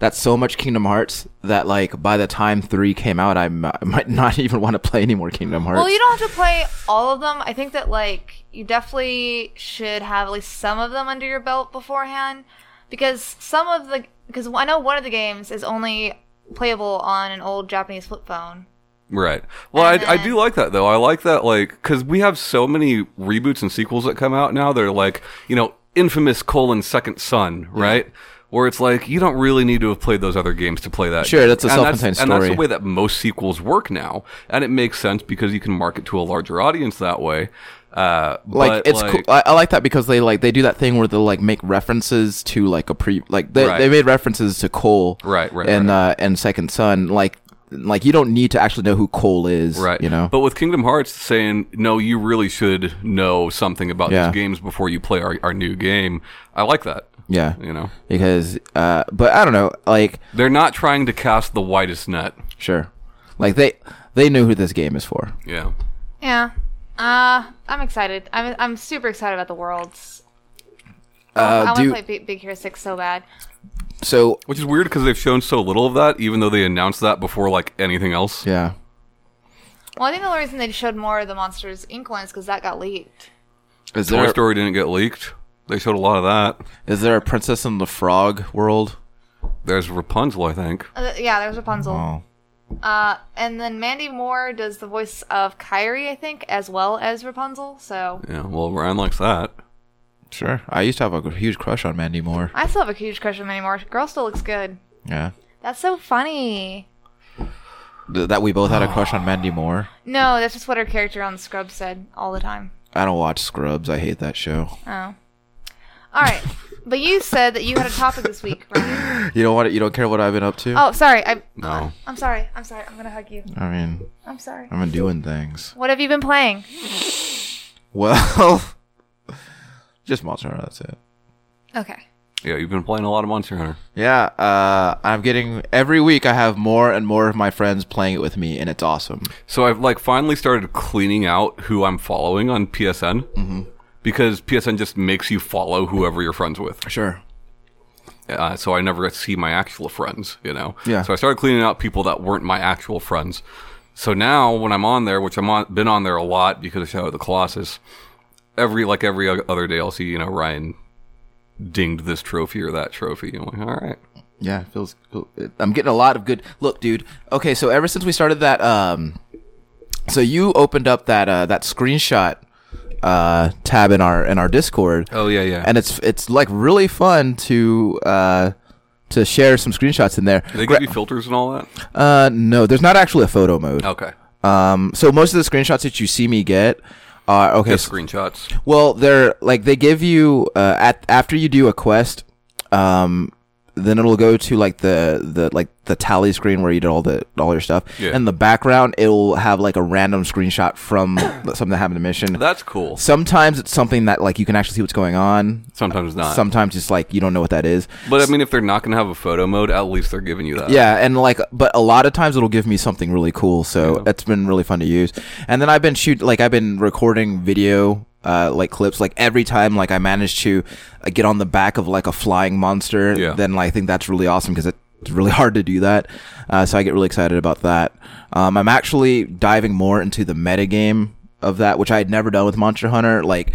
Speaker 2: that's so much Kingdom Hearts that like by the time three came out, I mi- I might not even want to play any more Kingdom Hearts.
Speaker 1: Well, you don't have to play all of them. I think that like you definitely should have at least some of them under your belt beforehand, because some of the because I know one of the games is only playable on an old Japanese flip phone.
Speaker 3: Right. Well,
Speaker 1: And
Speaker 3: I, I
Speaker 1: then-
Speaker 3: do like that though. I like that like because we have so many reboots and sequels that come out now. They're like you know infamous colon second son, right? Where it's like you don't really need to have played those other games to play that.
Speaker 2: Sure,
Speaker 3: game.
Speaker 2: that's a
Speaker 3: And
Speaker 2: self-contained
Speaker 3: And that's
Speaker 2: story.
Speaker 3: the way that most sequels work now, and it makes sense because you can market to a larger audience that way. Uh,
Speaker 2: like
Speaker 3: but,
Speaker 2: it's cool. I, I like that because they like they do that thing where they like make references to like a pre like they,
Speaker 3: Right.
Speaker 2: they made references to Cole
Speaker 3: Right, right,
Speaker 2: and uh and Second Son like like you don't need to actually know who Cole is
Speaker 3: Right.
Speaker 2: you know
Speaker 3: But with Kingdom Hearts saying, no, you really should know something about
Speaker 2: Yeah.
Speaker 3: these games before you play our, our new game, I like that.
Speaker 2: yeah
Speaker 3: You know?
Speaker 2: because uh but I don't know like
Speaker 3: They're not trying to cast the widest net.
Speaker 2: sure like they they know who this game is for
Speaker 3: Yeah.
Speaker 1: Yeah. Uh, I'm excited. I'm I'm super excited about the worlds. I
Speaker 2: uh
Speaker 1: want to
Speaker 2: do
Speaker 1: play Big, Big Hero Six so bad.
Speaker 2: so
Speaker 3: Which is weird because they've shown so little of that, even though they announced that before like anything else.
Speaker 2: yeah
Speaker 1: Well, I think the only reason they showed more of the Monsters Inc. one is because that got leaked.
Speaker 2: is
Speaker 3: Toy
Speaker 2: there is
Speaker 3: Story didn't get leaked. They showed a lot of that.
Speaker 2: there a Princess and the Frog world
Speaker 3: There's Rapunzel, I think.
Speaker 1: Uh, yeah, there was Rapunzel.
Speaker 2: oh
Speaker 1: Uh, and then Mandy Moore does the voice of Kyrie, I think, as well as Rapunzel. So
Speaker 3: Yeah, well, Ryan likes that.
Speaker 2: sure I used to have a huge crush on Mandy Moore
Speaker 1: I still have a huge crush on Mandy Moore. Girl still looks good.
Speaker 2: yeah
Speaker 1: That's so funny.
Speaker 2: Th- that we both had a crush on Mandy Moore.
Speaker 1: No, that's just what her character on Scrubs said all the time.
Speaker 2: I don't watch Scrubs. I hate that show.
Speaker 1: Oh. All right. but you said that you had a topic this week, right?
Speaker 2: You don't want it. You don't care what I've been up to.
Speaker 1: Oh, sorry. I,
Speaker 3: No.
Speaker 1: I'm sorry. I'm sorry. I'm going to hug you.
Speaker 2: I mean,
Speaker 1: I'm sorry.
Speaker 2: I've been doing things.
Speaker 1: What have you been playing?
Speaker 2: Well, just Monster Hunter. That's it.
Speaker 1: Okay.
Speaker 3: Yeah, you've been playing a lot of Monster Hunter.
Speaker 2: Yeah. Uh, I'm getting every week. I have more and more of my friends playing it with me, and it's awesome.
Speaker 3: So I've like finally started cleaning out who I'm following on PSN because PSN just makes you follow whoever you're friends with.
Speaker 2: Sure.
Speaker 3: uh, so I never got to see my actual friends, you know.
Speaker 2: Yeah.
Speaker 3: So I started cleaning out people that weren't my actual friends. So now when I'm on there, which I'm on, been on there a lot because of Shadow of the Colossus, every like every o- other day I'll see you know Ryan dinged this trophy or that trophy. And I'm like, all right,
Speaker 2: Yeah. It feels. It, I'm getting a lot of good. Look, dude. Okay. So ever since we started that, um, so you opened up that uh, that screenshot uh tab in our in our Discord.
Speaker 3: oh yeah, yeah.
Speaker 2: and it's it's like really fun to uh to share some screenshots in there.
Speaker 3: Do they
Speaker 2: Gra-
Speaker 3: give you filters and all that?
Speaker 2: uh no, there's not actually a photo mode.
Speaker 3: Okay,
Speaker 2: Um so most of the screenshots that you see me get are okay.
Speaker 3: just
Speaker 2: s-
Speaker 3: screenshots.
Speaker 2: well, they're like they give you uh at after you do a quest um then it'll go to like the, the like the tally screen where you did all the all your stuff.
Speaker 3: Yeah.
Speaker 2: And the background it'll have like a random screenshot from something that happened in the mission.
Speaker 3: That's cool.
Speaker 2: Sometimes it's something that like you can actually see what's going on.
Speaker 3: Sometimes not.
Speaker 2: Sometimes it's like you don't know what that is.
Speaker 3: but I mean, if they're not going to have a photo mode, at least they're giving you that.
Speaker 2: Yeah, and like, but a lot of times it'll give me something really cool, so
Speaker 3: Yeah.
Speaker 2: it's been really fun to use. And then I've been shoot, like I've been recording video, uh, like clips, like every time, like I manage to uh, get on the back of like a flying monster.
Speaker 3: Yeah.
Speaker 2: Then like, I think that's really awesome because it's really hard to do that. Uh, so I get really excited about that. Um, I'm actually diving more into the metagame of that, which I had never done with Monster Hunter. Like,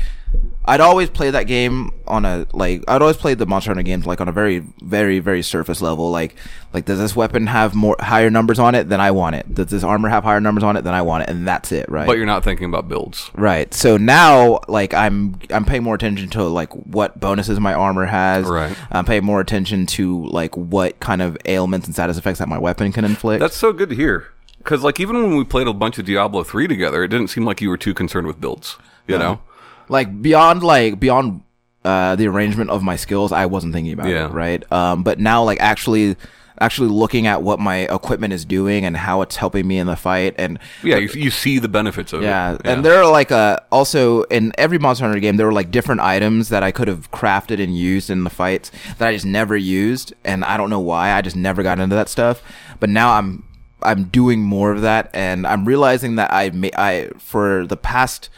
Speaker 2: I'd always play that game on a like I'd always played the Monster Hunter games like on a very, very, very surface level. Like, like does this weapon have more higher numbers on it than I want it? Does this armor have higher numbers on it than I want it? And that's it, right?
Speaker 3: but you're not thinking about builds.
Speaker 2: Right. So now, like, I'm I'm paying more attention to like what bonuses my armor has.
Speaker 3: Right.
Speaker 2: I'm paying more attention to like what kind of ailments and status effects that my weapon can inflict.
Speaker 3: That's so good to hear. Because like even when we played a bunch of Diablo three together, it didn't seem like you were too concerned with builds. You know,
Speaker 2: like beyond like beyond uh, the arrangement of my skills, I wasn't thinking about
Speaker 3: Yeah.
Speaker 2: it. Right. Um. But now, like, actually. Actually, looking at what my equipment is doing and how it's helping me in the fight, and
Speaker 3: yeah, you, you see the benefits of
Speaker 2: Yeah,
Speaker 3: it.
Speaker 2: and there are like uh also in every Monster Hunter game there were like different items that I could have crafted and used in the fights that I just never used, and I don't know why I just never got into that stuff. But now I'm I'm doing more of that, and I'm realizing that I ma- I for the past.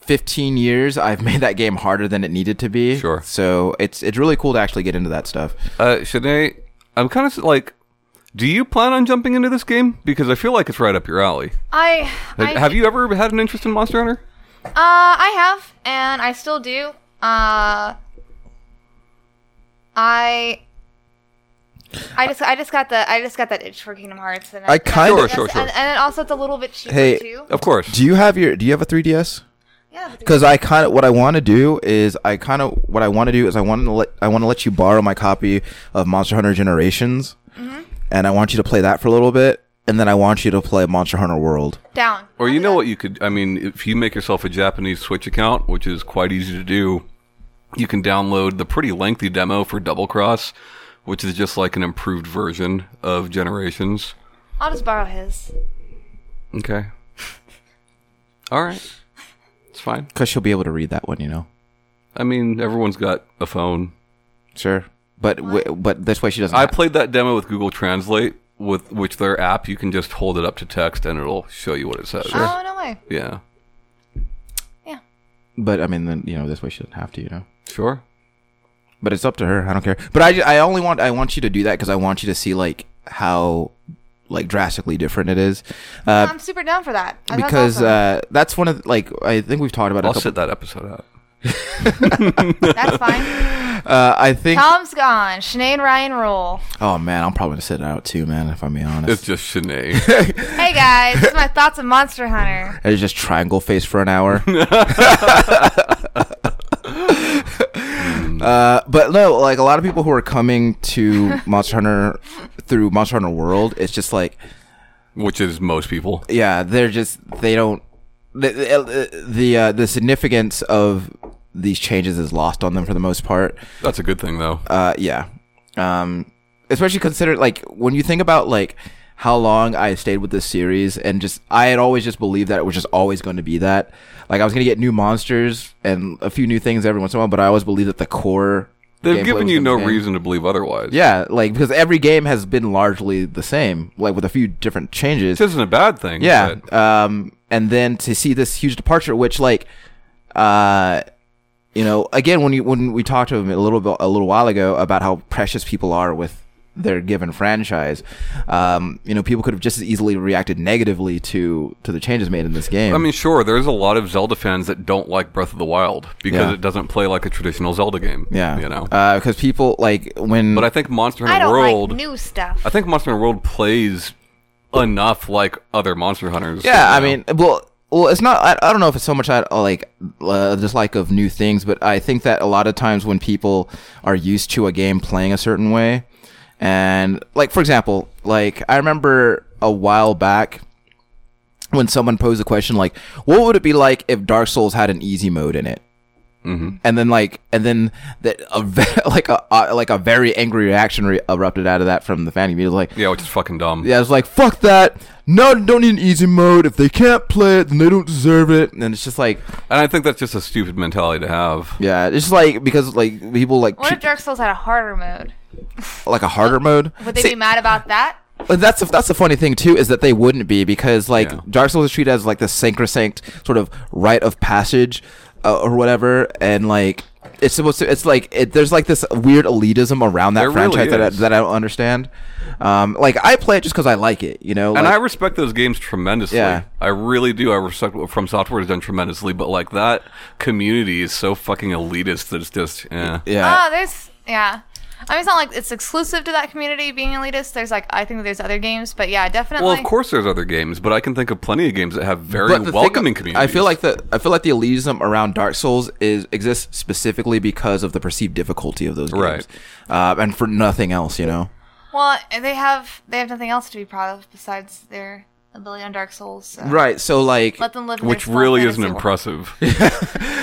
Speaker 2: 15 years I've made that game harder than it needed to be.
Speaker 3: Sure.
Speaker 2: So it's it's really cool to actually get into that stuff.
Speaker 3: Uh, Shanae, I'm kind of like, do you plan on jumping into this game? Because I feel like it's right up your alley.
Speaker 1: I, I
Speaker 3: Have you ever had an interest in Monster Hunter?
Speaker 1: Uh, I have, and I still do. Uh, I. I just, I just got the, I just got that itch for Kingdom Hearts, and
Speaker 2: I kinda-
Speaker 3: Sure, sure, uh, sure.
Speaker 1: and, and also it's a little bit cheaper
Speaker 2: Hey,
Speaker 1: too.
Speaker 3: Of course.
Speaker 2: Do you have your do you have a 3DS?
Speaker 1: Yeah, but
Speaker 2: because I kind of what I want to do is I kind of what I want to do is I want to let I want to let you borrow my copy of Monster Hunter Generations,
Speaker 1: Mm-hmm.
Speaker 2: and I want you to play that for a little bit, and then I want you to play Monster Hunter World.
Speaker 1: down.
Speaker 3: or you know what you could? I mean, if you make yourself a Japanese Switch account, which is quite easy to do, you can download the pretty lengthy demo for Double Cross, which is just like an improved version of Generations.
Speaker 1: I'll just borrow his.
Speaker 3: Okay. All right. It's fine.
Speaker 2: Because she'll be able to read that one, you know.
Speaker 3: I mean, everyone's got a phone.
Speaker 2: Sure, but w- but this way she doesn't.
Speaker 3: I
Speaker 2: have-
Speaker 3: played that demo with Google Translate, with which their app you can just hold it up to text and it'll show you what it says.
Speaker 1: Oh no way.
Speaker 3: Yeah.
Speaker 1: Yeah.
Speaker 2: but I mean, then you know, this way she doesn't have to, you know.
Speaker 3: Sure.
Speaker 2: But it's up to her. I don't care. But I, ju- I only want I want you to do that because I want you to see like how like drastically different it is. Uh,
Speaker 1: I'm super down for that. That's
Speaker 2: because
Speaker 1: awesome.
Speaker 2: uh, that's one of the, like I think we've talked about it a
Speaker 3: I'll
Speaker 2: couple.
Speaker 3: sit that episode out.
Speaker 1: that's fine.
Speaker 2: Uh, I think
Speaker 1: Tom's gone. Shanae and Ryan roll.
Speaker 2: Oh man, I'm probably gonna sit it out too, man. If I'm being
Speaker 3: It's
Speaker 2: honest,
Speaker 3: just Shanae.
Speaker 1: Hey guys, this is my thoughts on Monster Hunter.
Speaker 2: it's just triangle face for an hour. uh, but no, like a lot of people who are coming to Monster Hunter through Monster Hunter World, it's just like,
Speaker 3: which is most people.
Speaker 2: yeah, they're just they don't the the the, uh, the significance of these changes is lost on them for the most part.
Speaker 3: That's a good thing, though.
Speaker 2: Uh, yeah. Um, especially consider like when you think about like how long I stayed with this series, and just I had always just believed that it was just always going to be that. Like I was going to get new monsters and a few new things every once in a while, but I always believed that the core. gameplay
Speaker 3: They've given
Speaker 2: was
Speaker 3: you
Speaker 2: gonna
Speaker 3: no
Speaker 2: be-
Speaker 3: reason to believe otherwise.
Speaker 2: Yeah, like because every game has been largely the same, like with a few different changes.
Speaker 3: Which isn't a bad thing.
Speaker 2: Yeah.
Speaker 3: but
Speaker 2: Um, and then to see this huge departure, which like, uh, you know, again, when you when we talked to him a little bit a little while ago about how precious people are with their given franchise, um, you know, people could have just as easily reacted negatively to to the changes made in this game.
Speaker 3: I mean, sure, there's a lot of Zelda fans that don't like Breath of the Wild because
Speaker 2: Yeah.
Speaker 3: it doesn't play like a traditional Zelda game.
Speaker 2: yeah, Uh,
Speaker 3: You know?
Speaker 2: because people like when
Speaker 3: but I think Monster
Speaker 1: I
Speaker 3: Hunter
Speaker 1: don't
Speaker 3: World.
Speaker 1: like new stuff.
Speaker 3: I think Monster Hunter World plays enough like other Monster Hunters.
Speaker 2: Yeah, I
Speaker 3: you know?
Speaker 2: mean, well, well, it's not. I, I don't know if it's so much I like uh, dislike of new things, but I think that a lot of times when people are used to a game playing a certain way, and like for example, like I remember a while back when someone posed a question like, "What would it be like if Dark Souls had an easy mode in it?"
Speaker 3: Mm-hmm.
Speaker 2: and then like and then that a ve- like a uh, like a very angry reaction re- erupted out of that from the fan community like
Speaker 3: yeah, which is fucking dumb.
Speaker 2: yeah, I was like, fuck that. No, don't need an easy mode. If they can't play it, then they don't deserve it. And it's just like,
Speaker 3: And I think that's just a stupid mentality to have.
Speaker 2: yeah, it's just like because like people like
Speaker 1: what if
Speaker 2: treat-
Speaker 1: Dark Souls had a harder mode?
Speaker 2: like a harder mode.
Speaker 1: Would they
Speaker 2: See,
Speaker 1: be mad about that?
Speaker 2: but that's the- that's the funny thing too is that they wouldn't be because like
Speaker 3: Yeah.
Speaker 2: Dark Souls is treated as like the sacrosanct sort of rite of passage uh, or whatever, and like it's supposed to. It's like it, there's like this weird elitism around that
Speaker 3: There really
Speaker 2: franchise that I,
Speaker 3: is.
Speaker 2: that I don't understand. Um, like I play it just because I like it, you know.
Speaker 3: and I
Speaker 2: Like,
Speaker 3: respect those games tremendously.
Speaker 2: Yeah.
Speaker 3: I really do. I respect what From Software has done tremendously, but like that community is so fucking elitist that it's just eh. yeah.
Speaker 2: yeah,
Speaker 1: Oh, there's yeah. I mean, it's not like it's exclusive to that community being elitist. There's like I think there's other games, but yeah, definitely.
Speaker 3: Well, of course, there's other games, but I can think of plenty of games that have very
Speaker 2: the thing-
Speaker 3: welcoming communities.
Speaker 2: I feel like the I feel like the elitism around Dark Souls is exists specifically because of the perceived difficulty of those games,
Speaker 3: Right.
Speaker 2: Uh, and for nothing else, you know.
Speaker 1: Well, they have they have nothing else to be proud of besides their ability on Dark Souls. so
Speaker 2: Right. So like,
Speaker 1: Let them live. in their
Speaker 3: which
Speaker 1: small
Speaker 3: really isn't
Speaker 1: fantasy world.
Speaker 3: impressive.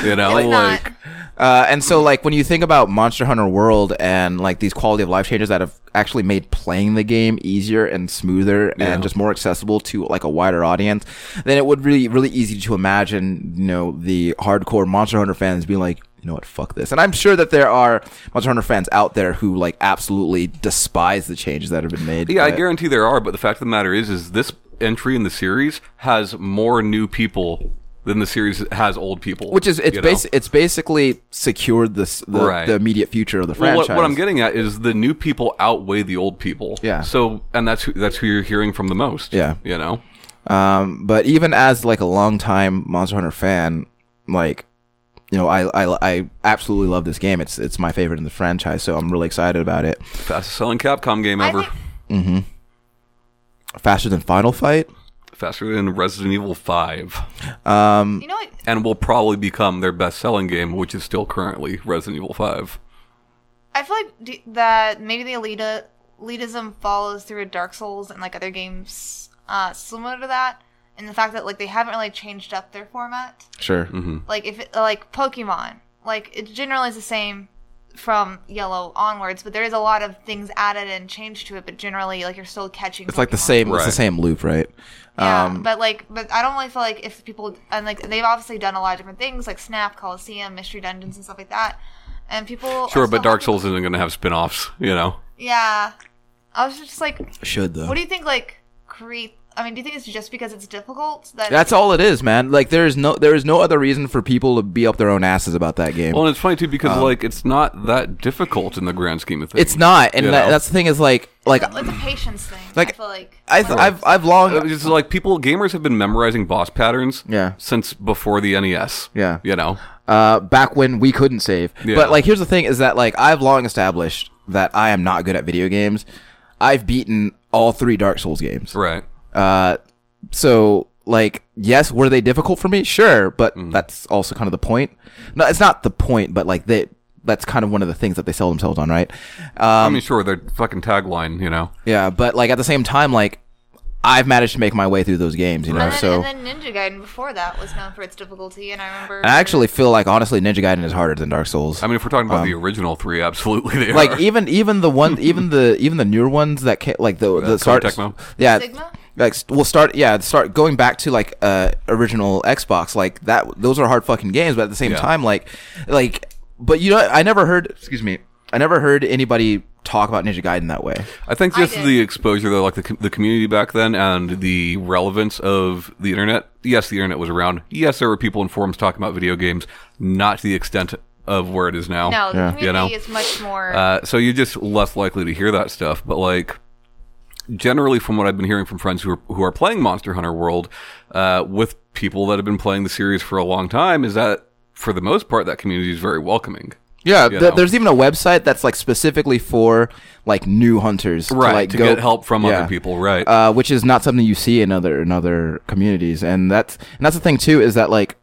Speaker 3: you know,
Speaker 1: It's
Speaker 3: like
Speaker 1: not.
Speaker 2: Uh, and so, like, when you think about Monster Hunter World and like these quality of life changes that have actually made playing the game easier and smoother
Speaker 3: Yeah.
Speaker 2: and just more accessible to like a wider audience, then it would really, really easy to imagine, you know, the hardcore Monster Hunter fans being like, you know what, fuck this. And I'm sure that there are Monster Hunter fans out there who like absolutely despise the changes that have been made.
Speaker 3: Yeah, I
Speaker 2: but-
Speaker 3: guarantee there are, but the fact of the matter is, is this entry in the series has more new people than the series has old people.
Speaker 2: Which is it's
Speaker 3: you know?
Speaker 2: basi- it's basically secured this the,
Speaker 3: Right.
Speaker 2: the immediate future of the
Speaker 3: Well,
Speaker 2: franchise.
Speaker 3: what, what I'm getting at is the new people outweigh the old people.
Speaker 2: Yeah.
Speaker 3: So, and that's who that's who you're hearing from the most.
Speaker 2: Yeah.
Speaker 3: You know.
Speaker 2: Um, but even as like a longtime Monster Hunter fan, like you know, I, I I absolutely love this game. It's it's my favorite in the franchise, so I'm really excited about it.
Speaker 3: Fastest selling Capcom game
Speaker 1: I
Speaker 3: ever.
Speaker 1: think,
Speaker 2: Faster than Final Fight.
Speaker 3: Faster than Resident Evil 5.
Speaker 1: you know what?
Speaker 3: And will probably become their best selling game, which is still currently Resident Evil 5.
Speaker 1: I feel like d- that maybe the elita- elitism follows through with Dark Souls and like other games uh, similar to that, and the fact that like they haven't really changed up their format.
Speaker 2: Sure.
Speaker 1: Like if it, like Pokemon, like it generally is the same from Yellow onwards, but there is a lot of things added and changed to it. But generally, like you're still catching.
Speaker 2: It's like the same. It's the
Speaker 3: Right.
Speaker 2: same loop, right? Um,
Speaker 1: Yeah, but like, but I don't really feel like if people and like they've obviously done a lot of different things like Snap, Coliseum, Mystery Dungeons, and stuff like that, and people are
Speaker 3: Sure,
Speaker 1: still
Speaker 3: but Dark
Speaker 1: happy-
Speaker 3: Souls isn't going to have spin offs, you know?
Speaker 1: Yeah, I was just like,
Speaker 2: Should though.
Speaker 1: what do you think? Like, create. I mean, do you think it's just because it's difficult that
Speaker 2: That's all it is, man. Like there is no there is no other reason for people to be up their own asses about that game.
Speaker 3: Well, and it's funny, too, because, like, it's not that difficult in the grand scheme of things.
Speaker 2: Um, it's not, and
Speaker 3: You
Speaker 2: that,
Speaker 3: know.
Speaker 2: that's the thing is like like
Speaker 1: it's a patience thing?
Speaker 2: Like,
Speaker 1: I feel like
Speaker 2: I
Speaker 1: Like,
Speaker 2: I've I've long
Speaker 3: Uh, It's just like people, gamers have been memorizing boss patterns
Speaker 2: Yeah.
Speaker 3: since before the NES.
Speaker 2: Yeah.
Speaker 3: You know?
Speaker 2: uh, back when we couldn't save.
Speaker 3: Yeah.
Speaker 2: But like, here's the thing: is that like I've long established that I am not good at video games. I've beaten all three Dark Souls games.
Speaker 3: Right.
Speaker 2: Uh, so like, yes, were they difficult for me? Sure, but that's also kind of the point. No, it's not the point, but like they. That's kind of one of the things that they sell themselves on, right? Uh,
Speaker 3: I
Speaker 2: Um,
Speaker 3: mean, sure, their fucking tagline, you know?
Speaker 2: Yeah, but like at the same time, like I've managed to make my way through those games, you know.
Speaker 1: and, then,
Speaker 2: so
Speaker 1: and then Ninja Gaiden before that was known for its difficulty, and I remember
Speaker 2: I actually feel like honestly, Ninja Gaiden is harder than Dark Souls.
Speaker 3: I mean, if we're talking about the original three, absolutely they are.
Speaker 2: um, like e- even even the one even the even the newer ones that came, like the the start
Speaker 3: Uh, Tecmo?
Speaker 2: yeah
Speaker 1: Sigma?
Speaker 2: like s- we'll start yeah start going back to like uh original Xbox like that those are hard fucking games but at the same
Speaker 3: Yeah.
Speaker 2: time like like but you know I never heard excuse me I never heard anybody talk about Ninja Gaiden that way
Speaker 3: I think just
Speaker 1: did.
Speaker 3: the exposure, though, like the, com- the community back then and the relevance of the internet. Yes, the internet was around. Yes, there were people in forums talking about video games, not to the extent of where it is now.
Speaker 1: no, the community
Speaker 3: You know?
Speaker 1: is much more.
Speaker 3: Uh, so you're just less likely to hear that stuff. But like, generally, from what I've been hearing from friends who are, who are playing Monster Hunter World, uh, with people that have been playing the series for a long time, is that for the most part that community is very welcoming.
Speaker 2: yeah
Speaker 3: You
Speaker 2: th-
Speaker 3: know.
Speaker 2: there's even a website that's like specifically for like new hunters
Speaker 3: Right,
Speaker 2: like
Speaker 3: to
Speaker 2: go-
Speaker 3: get help from
Speaker 2: yeah.
Speaker 3: other people, right?
Speaker 2: uh, which is not something you see in other in other communities. And that's and that's the thing too is that like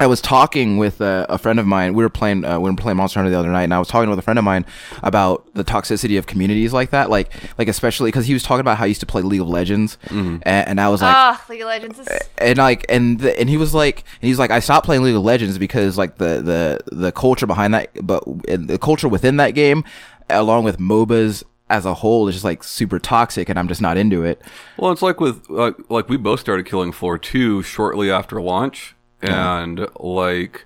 Speaker 2: I was talking with a, a friend of mine. We were playing uh, we were playing Monster Hunter the other night, and I was talking with a friend of mine about the toxicity of communities like that, like like especially because he was talking about how he used to play League of Legends, and, and I was like.
Speaker 1: Ah, League of Legends
Speaker 3: uh,
Speaker 1: is
Speaker 2: And like, and the, and he was like, and he's like, I stopped playing League of Legends because like the the the culture behind that, but and the culture within that game, along with MOBAs as a whole, is just like super toxic, and I'm just not into it.
Speaker 3: Well, it's like with like like we both started Killing Floor two shortly after launch, and like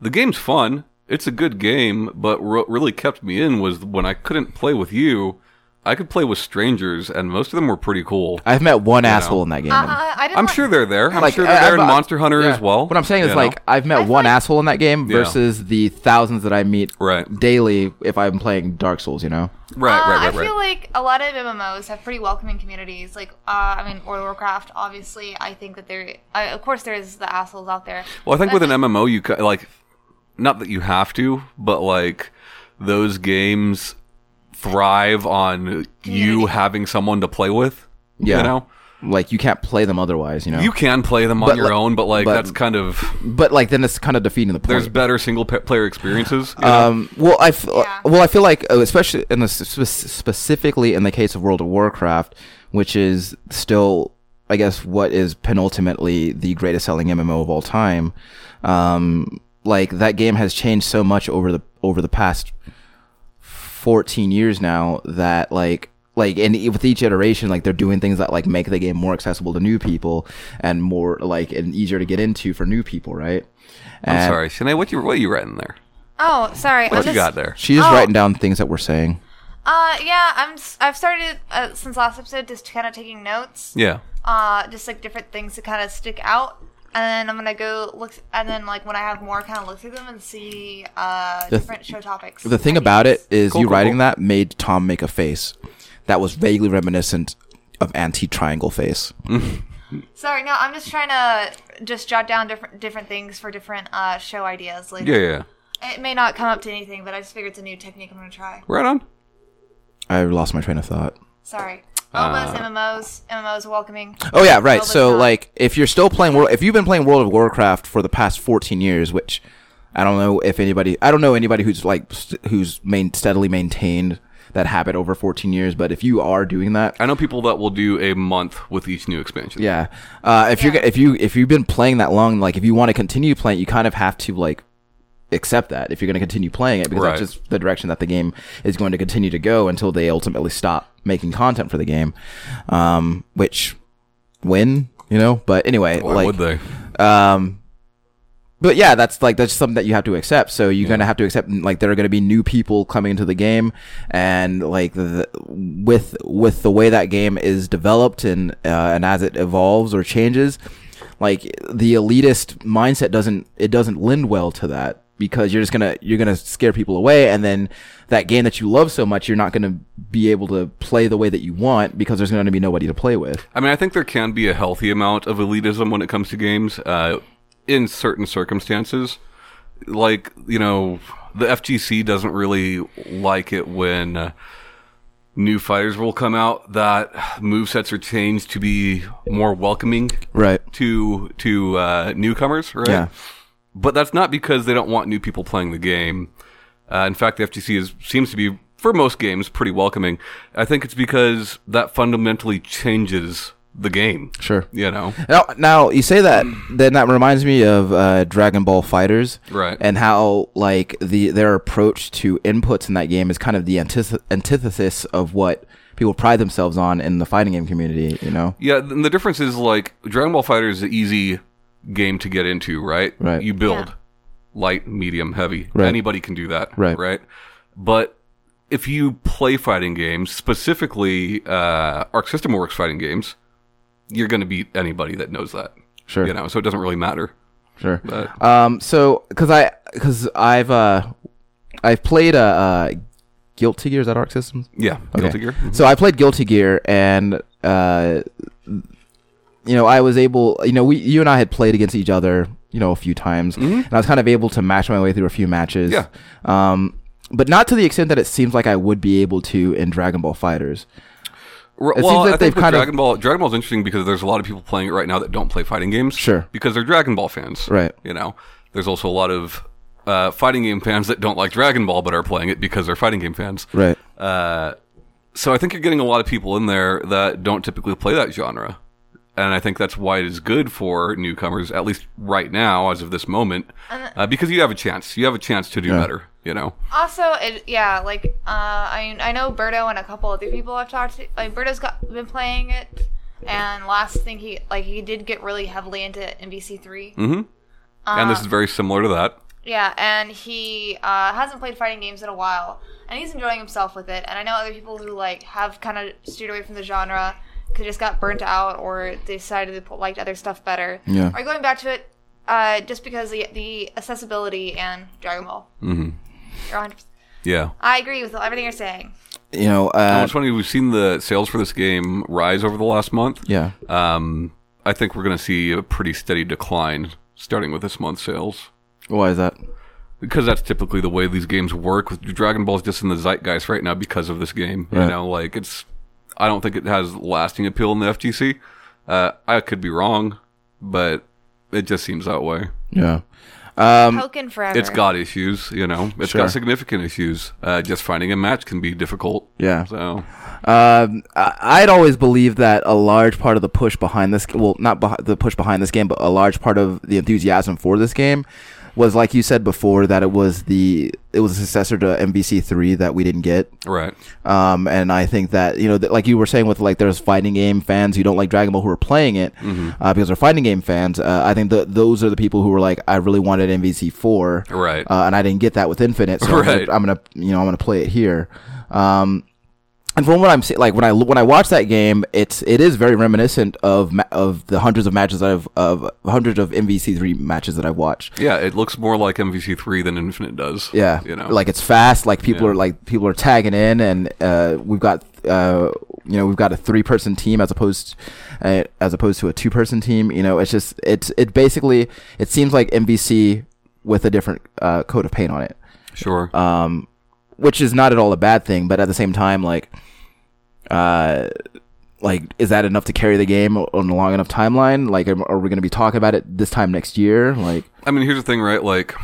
Speaker 3: the game's fun. It's a good game, but what really kept me in was when I couldn't play with you. I could play with strangers, and most of them were pretty cool.
Speaker 2: I've met one asshole in that game.
Speaker 1: Uh, I I didn't.
Speaker 3: I'm
Speaker 1: like-
Speaker 3: sure they're there. I'm
Speaker 2: Like,
Speaker 3: sure they're
Speaker 2: I-
Speaker 3: there in
Speaker 2: I've-
Speaker 3: Monster Hunter
Speaker 2: yeah.
Speaker 3: as well.
Speaker 2: What I'm saying is
Speaker 3: you know?
Speaker 2: like I've met
Speaker 1: I
Speaker 2: one
Speaker 1: find-
Speaker 2: asshole in that game
Speaker 3: Yeah.
Speaker 2: versus the thousands that I meet
Speaker 3: Right.
Speaker 2: daily if I'm playing Dark Souls. You know,
Speaker 3: right,
Speaker 1: Uh,
Speaker 3: right, right,
Speaker 1: I
Speaker 3: right.
Speaker 1: feel like a lot of MMOs have pretty welcoming communities. Like, uh, I mean, World of Warcraft, obviously. I think that there, I of course, there's the assholes out there.
Speaker 3: Well, I think
Speaker 1: But
Speaker 3: with an MMO, you ca- like, not that you have to, but like those games thrive on you
Speaker 1: Community.
Speaker 3: having someone to play with.
Speaker 2: Yeah.
Speaker 3: You know,
Speaker 2: like you can't play them otherwise. You know,
Speaker 3: you can play them on
Speaker 2: But,
Speaker 3: your
Speaker 2: like-
Speaker 3: own, but like
Speaker 2: but-
Speaker 3: that's kind of
Speaker 2: but like then it's kind of defeating the point.
Speaker 3: there's better single pa- player experiences. you know?
Speaker 2: Um, well, I f-
Speaker 1: Yeah.
Speaker 2: well, I feel like uh, especially in the spe- specifically in the case of World of Warcraft, which is still, I guess, what is penultimately the greatest selling MMO of all time. Um, like that game has changed so much over the over the past 14 years now that like like and e- with each iteration like they're doing things that like make the game more accessible to new people and more like and easier to get into for new people right
Speaker 3: I'm
Speaker 2: And
Speaker 3: sorry, Shanae. What you what you writing there?
Speaker 1: Oh, sorry.
Speaker 3: What you got there?
Speaker 2: she's just
Speaker 1: Oh.
Speaker 2: writing down things that we're saying
Speaker 1: Uh, yeah, I'm. s- I've started uh, since last episode, just kind of taking notes.
Speaker 3: Yeah.
Speaker 1: Uh, just like different things to kind of stick out, and then I'm gonna go look, and then like when I have more, kind of look through them and see uh
Speaker 2: th-
Speaker 1: different show topics.
Speaker 2: The thing
Speaker 1: ideas.
Speaker 2: about it is
Speaker 3: Cool,
Speaker 2: you
Speaker 3: cool,
Speaker 2: writing
Speaker 3: cool.
Speaker 2: that made Tom make a face that was vaguely reminiscent of anti-triangle face.
Speaker 1: Sorry, no, I'm just trying to just jot down different different things for different uh show ideas later.
Speaker 3: Yeah, yeah, yeah.
Speaker 1: It may not come up to anything, but I just figured it's a new technique I'm gonna try.
Speaker 3: Right on.
Speaker 2: I lost my train of thought.
Speaker 1: Sorry.
Speaker 2: Uh,
Speaker 1: MOBAs, MMOs, MMOs welcoming.
Speaker 2: Oh yeah, right.
Speaker 1: Well,
Speaker 2: So
Speaker 1: but not-
Speaker 2: like, if you're still playing World, if you've been playing World of Warcraft for the past 14 years, which I don't know if anybody, I don't know anybody who's like st- who's main, steadily maintained that habit over 14 years. But if you are doing that,
Speaker 3: I know people that will do a month with each new expansion.
Speaker 2: Yeah. Uh, if you're
Speaker 1: Yeah.
Speaker 2: if you if you've been playing that long, like if you want to continue playing, you kind of have to like accept that if you're going to continue playing it because
Speaker 3: Right.
Speaker 2: that's just the direction that the game is going to continue to go until they ultimately stop making content for the game. Um, which when you know, but anyway,
Speaker 3: Why
Speaker 2: like
Speaker 3: would they?
Speaker 2: um, but yeah, that's like that's something that you have to accept. So you're gonna have to accept like there are gonna be new people coming into the game, and like the, with with the way that game is developed and uh, and as it evolves or changes, like the elitist mindset doesn't it doesn't lend well to that because you're just gonna you're gonna scare people away, and then that game that you love so much, you're not gonna be able to play the way that you want because there's gonna be nobody to play with.
Speaker 3: I mean, I think there can be a healthy amount of elitism when it comes to games uh, in certain circumstances. Like, you know, the FGC doesn't really like it when uh, new fighters will come out that movesets are changed to be more welcoming
Speaker 2: Right.
Speaker 3: to to uh, newcomers, right?
Speaker 2: Yeah.
Speaker 3: But that's not because they don't want new people playing the game. Uh, in fact, the FTC is, seems to be, for most games, pretty welcoming. I think it's because that fundamentally changes the game.
Speaker 2: Sure.
Speaker 3: You know?
Speaker 2: Now, now you say that, then that reminds me of uh, Dragon Ball Fighters,
Speaker 3: Right.
Speaker 2: And how like the their approach to inputs in that game is kind of the antith- antithesis of what people pride themselves on in the fighting game community. You know,
Speaker 3: Yeah, and the difference is like Dragon Ball Fighter is an easy game to get into, right?
Speaker 2: Right.
Speaker 3: You build
Speaker 1: Yeah.
Speaker 3: light, medium, heavy.
Speaker 2: Right.
Speaker 3: Anybody can do that.
Speaker 2: Right.
Speaker 3: Right. But if you play fighting games, specifically uh, Arc System Works fighting games, you're going to beat anybody that knows that.
Speaker 2: Sure.
Speaker 3: You know, so it doesn't really matter.
Speaker 2: sure.
Speaker 3: But
Speaker 2: Um, so because I because I've uh I've played uh, uh Guilty Gear is that Arc Systems?
Speaker 3: yeah, Guilty Gear.
Speaker 2: So I played Guilty Gear, and uh, you know, I was able. You know, we you and I had played against each other, you know, a few times, and I was kind of able to match my way through a few matches.
Speaker 3: Yeah.
Speaker 2: Um, but not to the extent that it seems like I would be able to in Dragon Ball Fighters.
Speaker 3: R-
Speaker 2: It
Speaker 3: well,
Speaker 2: seems like
Speaker 3: I
Speaker 2: they've
Speaker 3: think with
Speaker 2: kind of-
Speaker 3: Dragon Ball, Dragon Ball is interesting because there's a lot of people playing it right now that don't play fighting games.
Speaker 2: Sure.
Speaker 3: Because they're Dragon Ball fans.
Speaker 2: Right.
Speaker 3: You know, there's also a lot of uh, fighting game fans that don't like Dragon Ball but are playing it because they're fighting game fans.
Speaker 2: Right.
Speaker 3: Uh, so I think you're getting a lot of people in there that don't typically play that genre. And I think that's why it is good for newcomers, at least right now, as of this moment, uh, because you have a chance. You have a chance to do better, you know?
Speaker 1: Also, it, yeah, like uh, I I know Berto and a couple other people I've talked to. Like Berto's got been playing it, and last thing he like he did get really heavily into NBC 3
Speaker 3: and this is very similar to that.
Speaker 1: Yeah, and he uh, hasn't played fighting games in a while, and he's enjoying himself with it. And I know other people who like have kind of steered away from the genre they just got burnt out or they decided they po- liked other stuff better.
Speaker 2: Yeah.
Speaker 1: Are you going back to it uh, just because the, the accessibility and Dragon Ball? Mm-hmm. You're 100%.
Speaker 3: Yeah.
Speaker 1: I agree with everything you're saying.
Speaker 2: You know,
Speaker 3: Well,
Speaker 2: uh,
Speaker 3: it's funny we've seen the sales for this game rise over the last month.
Speaker 2: yeah.
Speaker 3: Um, I think we're going to see a pretty steady decline starting with this month's sales.
Speaker 2: Why is that?
Speaker 3: because that's typically the way these games work. With Dragon Ball's just in the zeitgeist right now because of this game. You
Speaker 2: Right.
Speaker 3: know, like it's. I don't think it has lasting appeal in the FGC. Uh, I could be wrong, but it just seems that way.
Speaker 2: Yeah.
Speaker 1: Poking forever.
Speaker 3: It's got issues, you know. It's
Speaker 2: Sure.
Speaker 3: got significant issues. Uh, just finding a match can be difficult.
Speaker 2: Yeah.
Speaker 3: So
Speaker 2: Um, I- I'd always believed that a large part of the push behind this, well, not beh- the push behind this game, but a large part of the enthusiasm for this game was, like you said before, that it was the it was a successor to MVC three that we didn't get.
Speaker 3: right,
Speaker 2: Um, and I think that you know, th- like you were saying, with like there's fighting game fans who don't like Dragon Ball who are playing it
Speaker 3: Mm-hmm.
Speaker 2: uh, because they're fighting game fans. Uh, I think that those are the people who were like, I really wanted MVC four,
Speaker 3: Right.
Speaker 2: Uh, and I didn't get that with Infinite, so I'm gonna-
Speaker 3: Right.
Speaker 2: I'm, gonna, you know I'm gonna play it here. Um, and from what I'm seeing, like when I lo- when I watch that game, it's it is very reminiscent of ma- of the hundreds of matches that I've of hundreds of MVC three matches that I've watched.
Speaker 3: yeah. It looks more like MVC three than Infinite does.
Speaker 2: Yeah,
Speaker 3: you know,
Speaker 2: like it's fast. Like people are like people are tagging in, and uh, we've got uh, you know we've got a three person team as opposed uh, as opposed to a two person team. You know, it's just it's it basically it seems like MVC with a different uh, coat of paint on it,
Speaker 3: sure.
Speaker 2: uh, which is not at all a bad thing. But at the same time, like uh, like is that enough to carry the game on a long enough timeline? Like, are, are we going to be talking about it this time next year? Like,
Speaker 3: I mean, here's the thing, right? Like,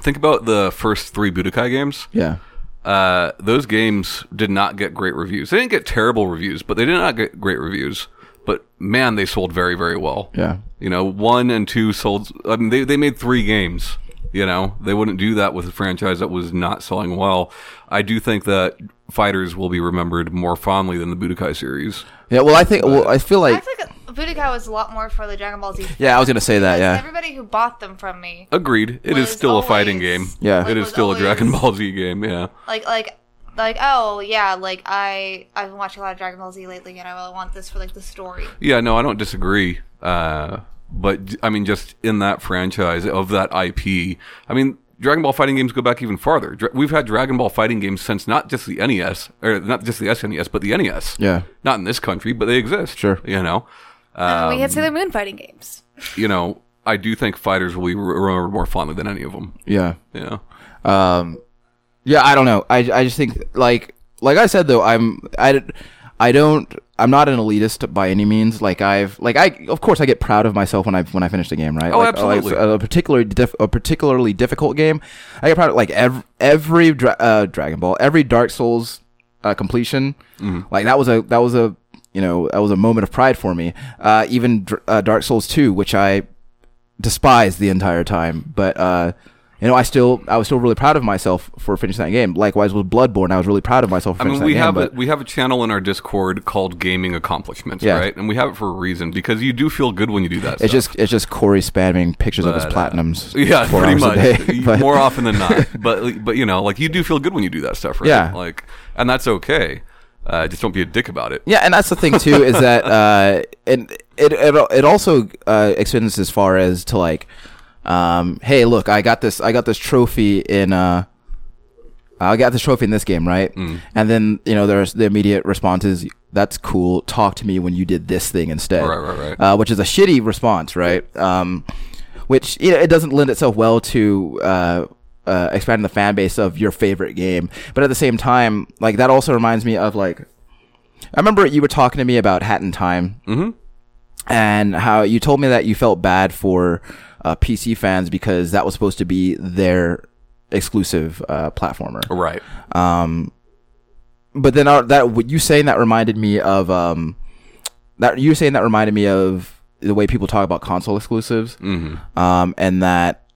Speaker 3: think about the first three Budokai games.
Speaker 2: yeah,
Speaker 3: uh, those games did not get great reviews. They didn't get terrible reviews, but they did not get great reviews. But man, they sold very, very well.
Speaker 2: yeah,
Speaker 3: You know, one and two sold. I mean, they, they made three games. You know, they wouldn't do that with a franchise that was not selling well. I do think that fighters will be remembered more fondly than the Budokai series.
Speaker 2: yeah. Well, I think well I feel
Speaker 1: I
Speaker 2: like.
Speaker 1: feel like Budokai was a lot more for the Dragon Ball Z.
Speaker 2: Yeah, I was gonna say that. Yeah,
Speaker 1: Everybody who bought them from me,
Speaker 3: Agreed. It is
Speaker 1: Was
Speaker 3: still a fighting game.
Speaker 1: always-
Speaker 2: Yeah.
Speaker 3: It is
Speaker 1: was
Speaker 3: still a
Speaker 1: always-
Speaker 3: Dragon Ball Z game. Yeah.
Speaker 1: like like like oh yeah like i i've been watching a lot of dragon ball z lately and i really want this for like the story
Speaker 3: Yeah, no, I don't disagree. Uh, but j- I mean, just in that franchise of that IP, I mean, Dragon Ball fighting games go back even farther. Dra- We've had Dragon Ball fighting games since not just the NES, or not just the SNES, but the NES.
Speaker 2: Yeah.
Speaker 3: Not in this country, but they exist.
Speaker 2: Sure.
Speaker 3: You know,
Speaker 1: Oh,
Speaker 3: Um,
Speaker 1: we had sailor moon fighting games
Speaker 3: you know, I do think fighters will be re- remembered more fondly than any of them.
Speaker 2: Yeah.
Speaker 3: You know,
Speaker 2: Um, yeah, I don't know. I, I just think like like I said though, I'm I, d- I don't I'm not an elitist by any means. Like I've like I of course I get proud of myself when I when I finish the game, right?
Speaker 3: Oh,
Speaker 2: like,
Speaker 3: absolutely.
Speaker 2: Like, a particularly diff, a particularly difficult game, I get proud of like every every dra- uh, Dragon Ball, every Dark Souls uh, completion.
Speaker 3: Mm-hmm.
Speaker 2: Like that was a that was a you know that was a moment of pride for me. Uh, even Dr- uh, Dark Souls two, which I despised the entire time. But uh, you know, I still I was still really proud of myself for finishing that game. Likewise with Bloodborne, I was really proud of myself for
Speaker 3: I mean,
Speaker 2: finishing
Speaker 3: we
Speaker 2: that
Speaker 3: have
Speaker 2: game.
Speaker 3: a, we have a channel in our Discord called Gaming Accomplishments,
Speaker 2: Yeah.
Speaker 3: right? And we have it for a reason because you do feel good when you do that.
Speaker 2: but it's just it's just Corey spamming pictures of his
Speaker 3: But, uh,
Speaker 2: platinums.
Speaker 3: Yeah,
Speaker 2: four
Speaker 3: pretty
Speaker 2: hours
Speaker 3: much.
Speaker 2: A day.
Speaker 3: You-
Speaker 2: But-
Speaker 3: More often than not, but but you know, like you do feel good when you do that stuff, right?
Speaker 2: Yeah.
Speaker 3: Like, and that's okay. Uh, just don't be a dick about it.
Speaker 2: Yeah, and that's the thing too is that uh, and it it it also uh, extends as far as to like, um, hey, look, I got this, I got this trophy in, uh, I got this trophy in this game, right?
Speaker 3: Mm.
Speaker 2: And then you know there's the immediate response is that's cool. Talk to me when you did this thing instead,
Speaker 3: Right, right, right.
Speaker 2: Uh, which is a shitty response, right? Um, which you know it doesn't lend itself well to. Uh, uh, expanding the fan base of your favorite game, but at the same time, like that also reminds me of like I remember you were talking to me about Hat in Time, mm-hmm. and how you told me that you felt bad for uh, PC fans because that was supposed to be their exclusive uh, platformer.
Speaker 3: Right.
Speaker 2: Um, But then uh, that what you saying that reminded me of um, that you saying that reminded me of the way people talk about console exclusives, mm-hmm. um, and that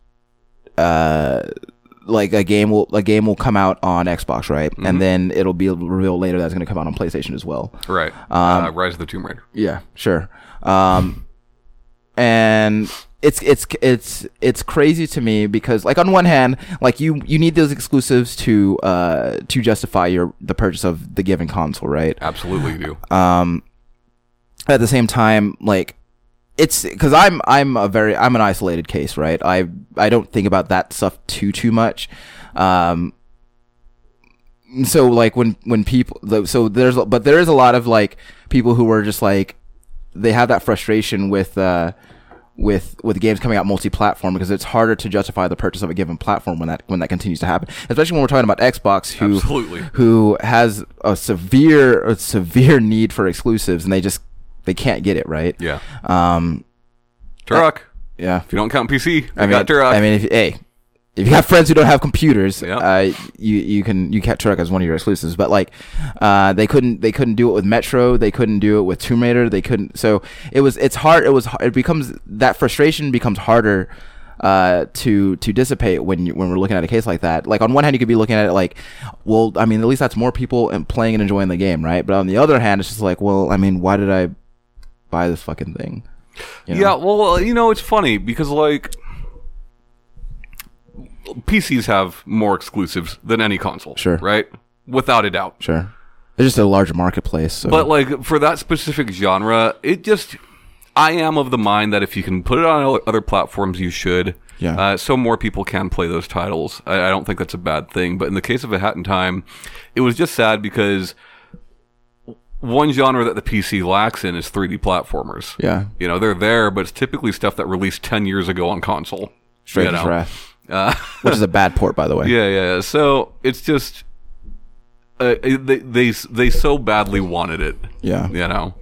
Speaker 2: uh, like a game will a game will come out on Xbox, right? And then it'll be revealed later that's going to come out on PlayStation as well.
Speaker 3: Right.
Speaker 2: Um,
Speaker 3: uh, Rise of the Tomb Raider.
Speaker 2: Yeah, sure. Um, and it's it's it's it's crazy to me because like on one hand, like you you need those exclusives to uh to justify your the purchase of the given console, right?
Speaker 3: Absolutely, you do.
Speaker 2: Um, at the same time, like it's because I'm I'm a very I'm an isolated case, right? I I don't think about that stuff too too much. Um, so like when when people though- so there's but there is a lot of like people who are just like they have that frustration with uh with with games coming out multi-platform because it's harder to justify the purchase of a given platform when that when that continues to happen especially when we're talking about Xbox who
Speaker 3: Absolutely.
Speaker 2: who has a severe a severe need for exclusives and they just they can't get it right
Speaker 3: Yeah.
Speaker 2: um
Speaker 3: Turok.
Speaker 2: yeah
Speaker 3: If you don't count PC, you
Speaker 2: I mean,
Speaker 3: got Turok.
Speaker 2: I mean, if hey, if you have friends who don't have computers,
Speaker 3: Yeah.
Speaker 2: uh, you you can you catch Turok as one of your exclusives. But like, uh, they couldn't they couldn't do it with Metro. They couldn't do it with Tomb Raider. They couldn't. So it was it's hard. It was h- it becomes that frustration becomes harder uh to to dissipate when you when we're looking at a case like that like on one hand you could be looking at it like well i mean at least that's more people and playing and enjoying the game right but on the other hand it's just like well i mean why did i buy this fucking thing you know?
Speaker 3: Yeah, well, uh, you know, it's funny because like PCs have more exclusives than any console.
Speaker 2: Sure.
Speaker 3: Right? Without a doubt.
Speaker 2: Sure. They're just a larger marketplace. So.
Speaker 3: But like for that specific genre, it just I am of the mind that if you can put it on o- other platforms, you should.
Speaker 2: Yeah.
Speaker 3: Uh, so more people can play those titles. I, I don't think that's a bad thing. But in the case of A Hat in Time, it was just sad because one genre that the PC lacks in is 3D platformers.
Speaker 2: yeah.
Speaker 3: You know, they're there, but it's typically stuff that released 10 years ago on console.
Speaker 2: Straight
Speaker 3: you
Speaker 2: as
Speaker 3: know?
Speaker 2: Wrath. Which is a bad port, by the way.
Speaker 3: Yeah, yeah. yeah. So it's just uh, they they they so badly wanted it.
Speaker 2: Yeah.
Speaker 3: You know.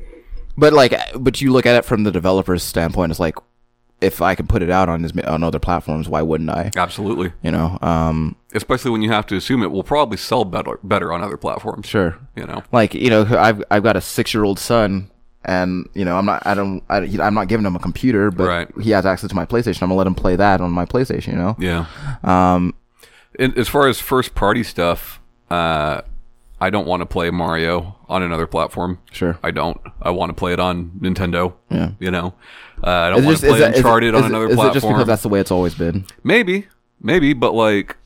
Speaker 2: But like, but you look at it from the developer's standpoint. It's like, if I can put it out on as ma- on other platforms, why wouldn't I?
Speaker 3: Absolutely.
Speaker 2: You know. Um.
Speaker 3: Especially when you have to assume it will probably sell better better on other platforms.
Speaker 2: Sure.
Speaker 3: You know.
Speaker 2: Like you know, I've I've got a six year old son. And you know, I'm not. I don't. I, I'm not giving him a computer, but
Speaker 3: Right.
Speaker 2: he has access to my PlayStation. I'm gonna let him play that on my PlayStation. You know.
Speaker 3: Yeah.
Speaker 2: Um.
Speaker 3: And as far as first party stuff, uh, I don't want to play Mario on another platform.
Speaker 2: Sure.
Speaker 3: I don't. I want to play it on Nintendo.
Speaker 2: Yeah.
Speaker 3: You know. Uh, I don't
Speaker 2: Is it
Speaker 3: want
Speaker 2: just-
Speaker 3: to
Speaker 2: is
Speaker 3: play
Speaker 2: that- is it-
Speaker 3: Uncharted
Speaker 2: is
Speaker 3: on
Speaker 2: it-
Speaker 3: another
Speaker 2: is
Speaker 3: platform.
Speaker 2: it just because that's the way it's always been?
Speaker 3: Maybe, maybe, but like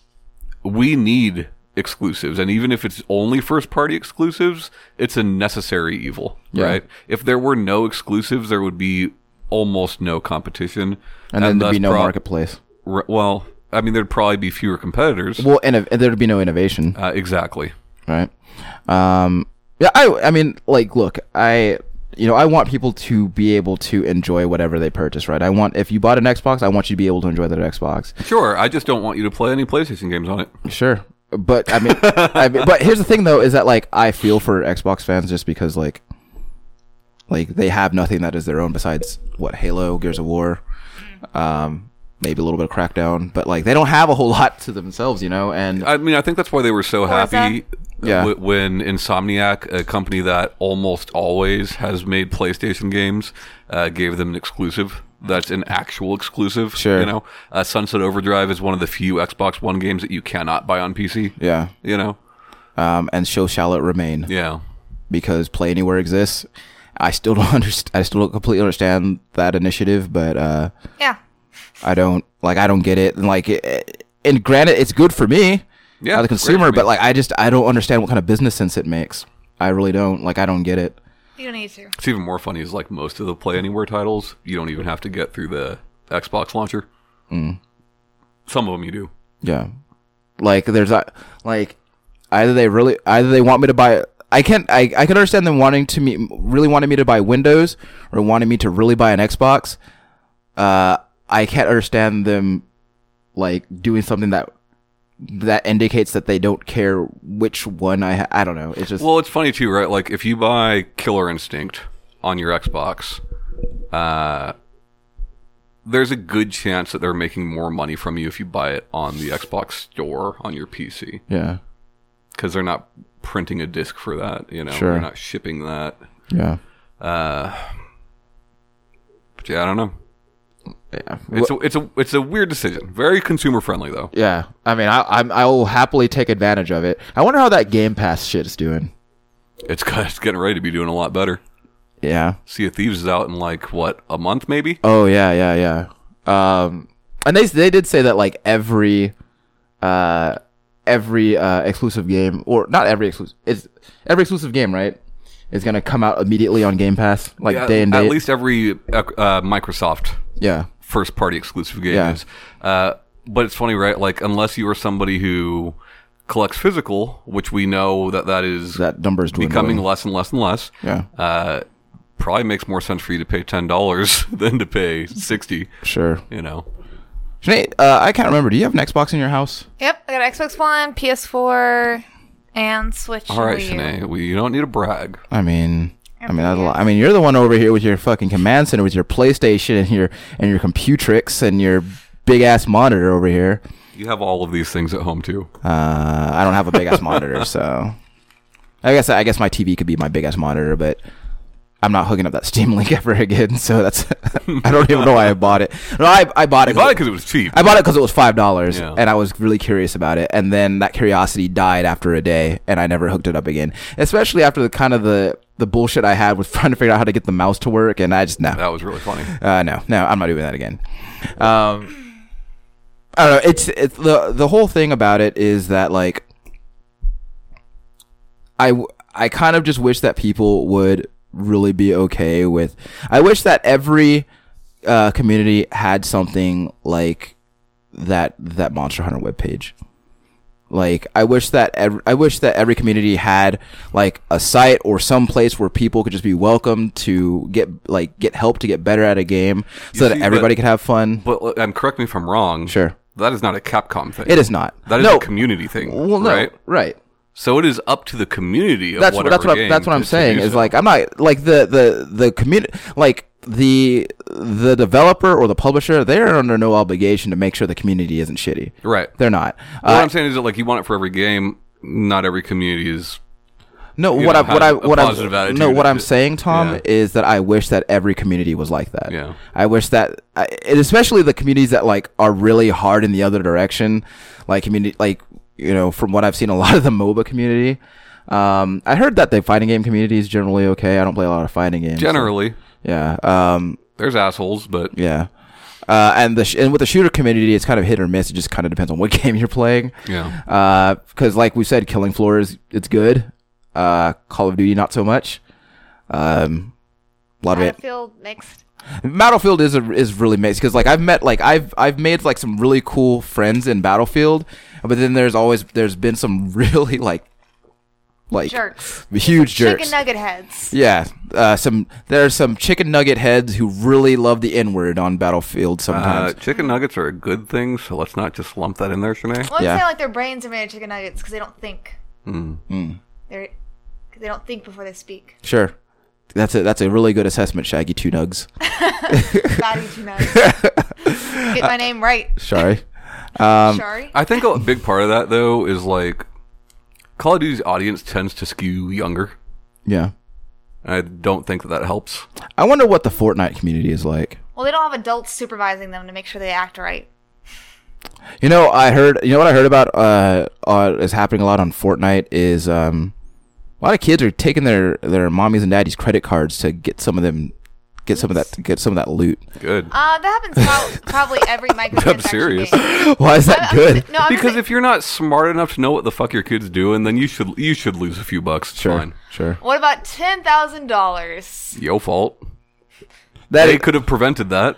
Speaker 3: we need exclusives, and even if it's only first party exclusives, it's a necessary evil,
Speaker 2: Yeah.
Speaker 3: right? If there were no exclusives, there would be almost no competition,
Speaker 2: And, then there'd
Speaker 3: thus
Speaker 2: be no
Speaker 3: prob-
Speaker 2: marketplace.
Speaker 3: r- Well, I mean, there'd probably be fewer competitors.
Speaker 2: Well, and there'd be no innovation.
Speaker 3: Uh, exactly.
Speaker 2: right? Um, yeah, I, I mean, like, look, I, you know, I want people to be able to enjoy whatever they purchase, right? I want, if you bought an Xbox, I want you to be able to enjoy that Xbox.
Speaker 3: Sure, I just don't want you to play any PlayStation games on it.
Speaker 2: Sure. But I mean, I mean, but here's the thing though, is that like, I feel for Xbox fans just because like, like they have nothing that is their own besides what Halo, Gears of War, um, maybe a little bit of Crackdown, but like they don't have a whole lot to themselves, you know, and
Speaker 3: I mean, I think that's why they were so
Speaker 1: Forza.
Speaker 3: happy
Speaker 2: Yeah.
Speaker 3: w- when Insomniac, a company that almost always has made PlayStation games, uh, gave them an exclusive. That's an actual exclusive.
Speaker 2: Sure.
Speaker 3: You know, uh, Sunset Overdrive is one of the few Xbox One games that you cannot buy on PC.
Speaker 2: yeah,
Speaker 3: You know.
Speaker 2: um, and so shall it remain.
Speaker 3: Yeah.
Speaker 2: because Play Anywhere exists. I still don't understand. I still don't completely understand that initiative, but uh,
Speaker 1: Yeah.
Speaker 2: I don't like. I don't get it. And like, it- it, and granted, it's good for me,
Speaker 3: Yeah,
Speaker 2: as a
Speaker 3: it's great
Speaker 2: consumer.
Speaker 3: for me.
Speaker 2: But like, I just I don't understand what kind of business sense it makes. I really don't. Like, I don't get it.
Speaker 1: You don't need to.
Speaker 3: It's even more funny is like most of the Play Anywhere titles, you don't even have to get through the Xbox launcher.
Speaker 2: Mm.
Speaker 3: Some of them you do.
Speaker 2: Yeah, like there's a like either they really either they want me to buy. I can't. I, I can understand them wanting to me really wanting me to buy Windows or wanting me to really buy an Xbox. Uh, I can't understand them like doing something that that indicates that they don't care which one I ha- I don't know. It's just
Speaker 3: Well, it's funny too, right? Like if you buy Killer Instinct on your Xbox, uh, there's a good chance that they're making more money from you if you buy it on the Xbox Store on your PC
Speaker 2: yeah
Speaker 3: because they're not printing a disc for that. You know,
Speaker 2: Sure.
Speaker 3: they're not shipping that. Uh,
Speaker 2: yeah
Speaker 3: But yeah, I don't know.
Speaker 2: yeah.
Speaker 3: It's a, it's a it's a weird decision. Very consumer friendly though.
Speaker 2: yeah. I mean, I I'm, I will happily take advantage of it. I wonder how that Game Pass shit is doing.
Speaker 3: It's, got- it's getting ready to be doing a lot better.
Speaker 2: Yeah.
Speaker 3: Sea of Thieves is out in like what a month maybe.
Speaker 2: Oh yeah, yeah, yeah. Um, and they they did say that like every, uh, every uh exclusive game or not every exclusive it's every exclusive game right is going to come out immediately on Game Pass, like
Speaker 3: Yeah,
Speaker 2: day and
Speaker 3: At
Speaker 2: date.
Speaker 3: least every uh, uh, Microsoft
Speaker 2: yeah,
Speaker 3: first party exclusive game
Speaker 2: Yeah.
Speaker 3: is. Uh, but it's funny, right? Like, unless you are somebody who collects physical, which we know that that is
Speaker 2: that numbers
Speaker 3: becoming
Speaker 2: dwindling.
Speaker 3: less and less and less,
Speaker 2: Yeah,
Speaker 3: uh, probably makes more sense for you to pay ten dollars than to pay sixty.
Speaker 2: sure.
Speaker 3: You know,
Speaker 2: Sinead, uh, I can't remember. Do you have an Xbox in your house?
Speaker 1: Yep, I got Xbox One, PS4, and Switch.
Speaker 3: all right,
Speaker 1: and Wii U.
Speaker 3: Shanae, we you don't need to brag.
Speaker 2: I mean, I mean, I, I mean, you're the one over here with your fucking command center, with your PlayStation and your and your Computrix and your big ass monitor over here.
Speaker 3: You have all of these things at home too.
Speaker 2: Uh, I don't have a big ass monitor, so I guess I guess my TV could be my big ass monitor, but I'm not hooking up that Steam Link ever again. So that's I don't even know why I bought it. No, I I bought it.
Speaker 3: You bought it because it was cheap.
Speaker 2: I bought it because it was five dollars,
Speaker 3: Yeah.
Speaker 2: and I was really curious about it. And then that curiosity died after a day, and I never hooked it up again. Especially after the kind of the the bullshit I had with trying to figure out how to get the mouse to work, and I just no,
Speaker 3: that was really funny.
Speaker 2: uh, no, no, I'm not doing that again. Um, I don't know. It's it's the the whole thing about it is that like I w- I kind of just wish that people would really be okay with. I wish that every uh, community had something like that that Monster Hunter webpage. Like I wish that ev- I wish that every community had like a site or some place where people could just be welcome to get like get help to get better at a game, so
Speaker 3: You
Speaker 2: that
Speaker 3: see,
Speaker 2: everybody
Speaker 3: but-
Speaker 2: could have fun.
Speaker 3: But uh, and correct me if I'm wrong.
Speaker 2: Sure.
Speaker 3: that is not a Capcom thing.
Speaker 2: It is not.
Speaker 3: That is
Speaker 2: no.
Speaker 3: a community thing,
Speaker 2: well, no.
Speaker 3: right?
Speaker 2: right.
Speaker 3: So it is up to the community. Of
Speaker 2: that's
Speaker 3: whatever
Speaker 2: that's what I,
Speaker 3: game
Speaker 2: that's what I'm
Speaker 3: to- to
Speaker 2: saying
Speaker 3: do
Speaker 2: is
Speaker 3: so.
Speaker 2: like I'm not like the the the community like the the developer or the publisher they're under no obligation to make sure the community isn't shitty.
Speaker 3: right.
Speaker 2: They're not.
Speaker 3: What
Speaker 2: Uh,
Speaker 3: I'm saying is that like you want it for every game. Not every community is.
Speaker 2: no,
Speaker 3: you
Speaker 2: what
Speaker 3: know,
Speaker 2: I what I
Speaker 3: have a
Speaker 2: what
Speaker 3: positive
Speaker 2: I
Speaker 3: attitude
Speaker 2: no what
Speaker 3: to
Speaker 2: I'm
Speaker 3: it.
Speaker 2: saying, Tom,
Speaker 3: Yeah.
Speaker 2: is that I wish that every community was like that.
Speaker 3: Yeah.
Speaker 2: I wish that, I- and especially the communities that like are really hard in the other direction, like community, like you know, from what I've seen, a lot of the MOBA community. Um, I heard that the fighting game community is generally okay. I don't play a lot of fighting games. so-
Speaker 3: Generally,
Speaker 2: Yeah. Um,
Speaker 3: there's assholes, but
Speaker 2: yeah. Uh, and the sh- and with the shooter community, it's kind of hit or miss. It just kind of depends on what game you're playing.
Speaker 3: Yeah.
Speaker 2: Because Uh, like we said, Killing Floor is it's good. Uh, Call of Duty not so much. Um, a lot of it.
Speaker 1: Battlefield mixed.
Speaker 2: Battlefield is a, is really mixed because like I've met like I've I've made like some really cool friends in Battlefield, but then there's always there's been some really like like
Speaker 1: Jerks.
Speaker 2: huge jerks.
Speaker 1: Chicken nugget heads.
Speaker 2: Yeah, uh, some there are some chicken nugget heads who really love the N word on Battlefield
Speaker 3: uh,
Speaker 2: sometimes.
Speaker 3: chicken nuggets are a good thing. So let's not just lump that in there, Shanae.
Speaker 1: Well, I'm
Speaker 2: Yeah. Hmm.
Speaker 1: saying like their brains are made of chicken nuggets because they don't think. They're, 'cause they don't think before they speak.
Speaker 2: sure, that's a that's a really good assessment, Shaggy Two Nugs.
Speaker 1: Fatty two nuggets. Get my name right.
Speaker 2: Sorry, Um,
Speaker 1: Sorry.
Speaker 3: I think a big part of that though is like Call of Duty's audience tends to skew younger.
Speaker 2: yeah.
Speaker 3: And I don't think that that helps.
Speaker 2: I wonder what the Fortnite community is like.
Speaker 1: Well, they don't have adults supervising them to make sure they act right.
Speaker 2: You know, I heard. You know what I heard about uh, uh is happening a lot on Fortnite is um a lot of kids are taking their their mommies and daddies credit cards to get some of them get some of that get some of that loot.
Speaker 3: Good.
Speaker 1: Uh, that happens prob- probably every microtransaction
Speaker 3: serious.
Speaker 1: game.
Speaker 2: Why is that
Speaker 1: I'm
Speaker 2: good?
Speaker 1: si- No, I'm
Speaker 3: because
Speaker 1: si-
Speaker 3: if you're not smart enough to know what the fuck your kid's doing, then you should you should lose a few bucks. It's fine.
Speaker 2: Sure.
Speaker 1: what about ten thousand dollars?
Speaker 3: Yo fault.
Speaker 2: That
Speaker 3: They could have prevented that.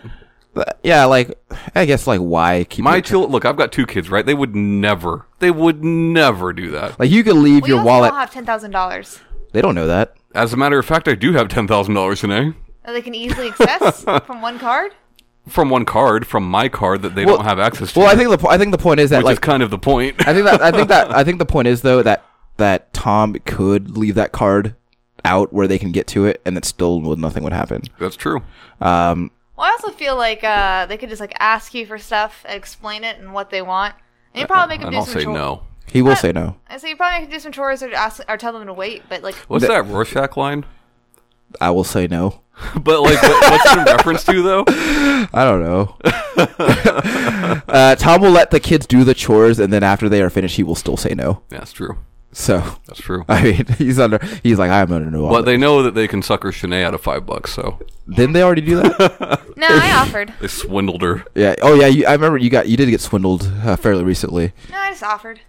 Speaker 2: yeah, like I guess like why keep
Speaker 3: My
Speaker 2: it-
Speaker 3: child, look, I've got two kids, right? They would never, they would never do that.
Speaker 2: Like you could leave
Speaker 1: We
Speaker 2: your
Speaker 1: also
Speaker 2: wallet.
Speaker 1: don't have ten thousand dollars
Speaker 2: They don't know that.
Speaker 3: As a matter of fact, I do have ten thousand dollars today
Speaker 1: that they can easily access from one card.
Speaker 3: from one card, from my card that they
Speaker 2: Well-
Speaker 3: don't have access to.
Speaker 2: Well, I think the po- I think the point is that
Speaker 3: which
Speaker 2: like
Speaker 3: is kind of the point.
Speaker 2: I think that I think that I think the point is though that that Tom could leave that card out where they can get to it, and that still would nothing would happen.
Speaker 3: That's true.
Speaker 2: Um,
Speaker 1: Well, I also feel like uh, they could just like ask you for stuff, explain it, and what they want, and you probably make them
Speaker 3: Uh, And
Speaker 1: do
Speaker 3: I'll
Speaker 1: some
Speaker 3: say
Speaker 1: chores.
Speaker 3: no.
Speaker 2: he will say no.
Speaker 1: I say you probably make them do some chores or ask or tell them to wait, but like
Speaker 3: What's that Rorschach line?
Speaker 2: I will say no.
Speaker 3: but like, what, what's it in reference to though?
Speaker 2: I don't know. uh, Tom will let the kids do the chores, and then after they are finished, he will still say no.
Speaker 3: That's true.
Speaker 2: So
Speaker 3: That's true.
Speaker 2: I mean, he's under. He's like, I'm under no.
Speaker 3: But
Speaker 2: obli-
Speaker 3: they know that they can sucker Shanae out of five bucks, so
Speaker 2: Didn't they already do that?
Speaker 1: no, I offered.
Speaker 3: they swindled her.
Speaker 2: yeah. Oh yeah. You, I remember you got you did get swindled uh, fairly recently.
Speaker 1: No, I just offered.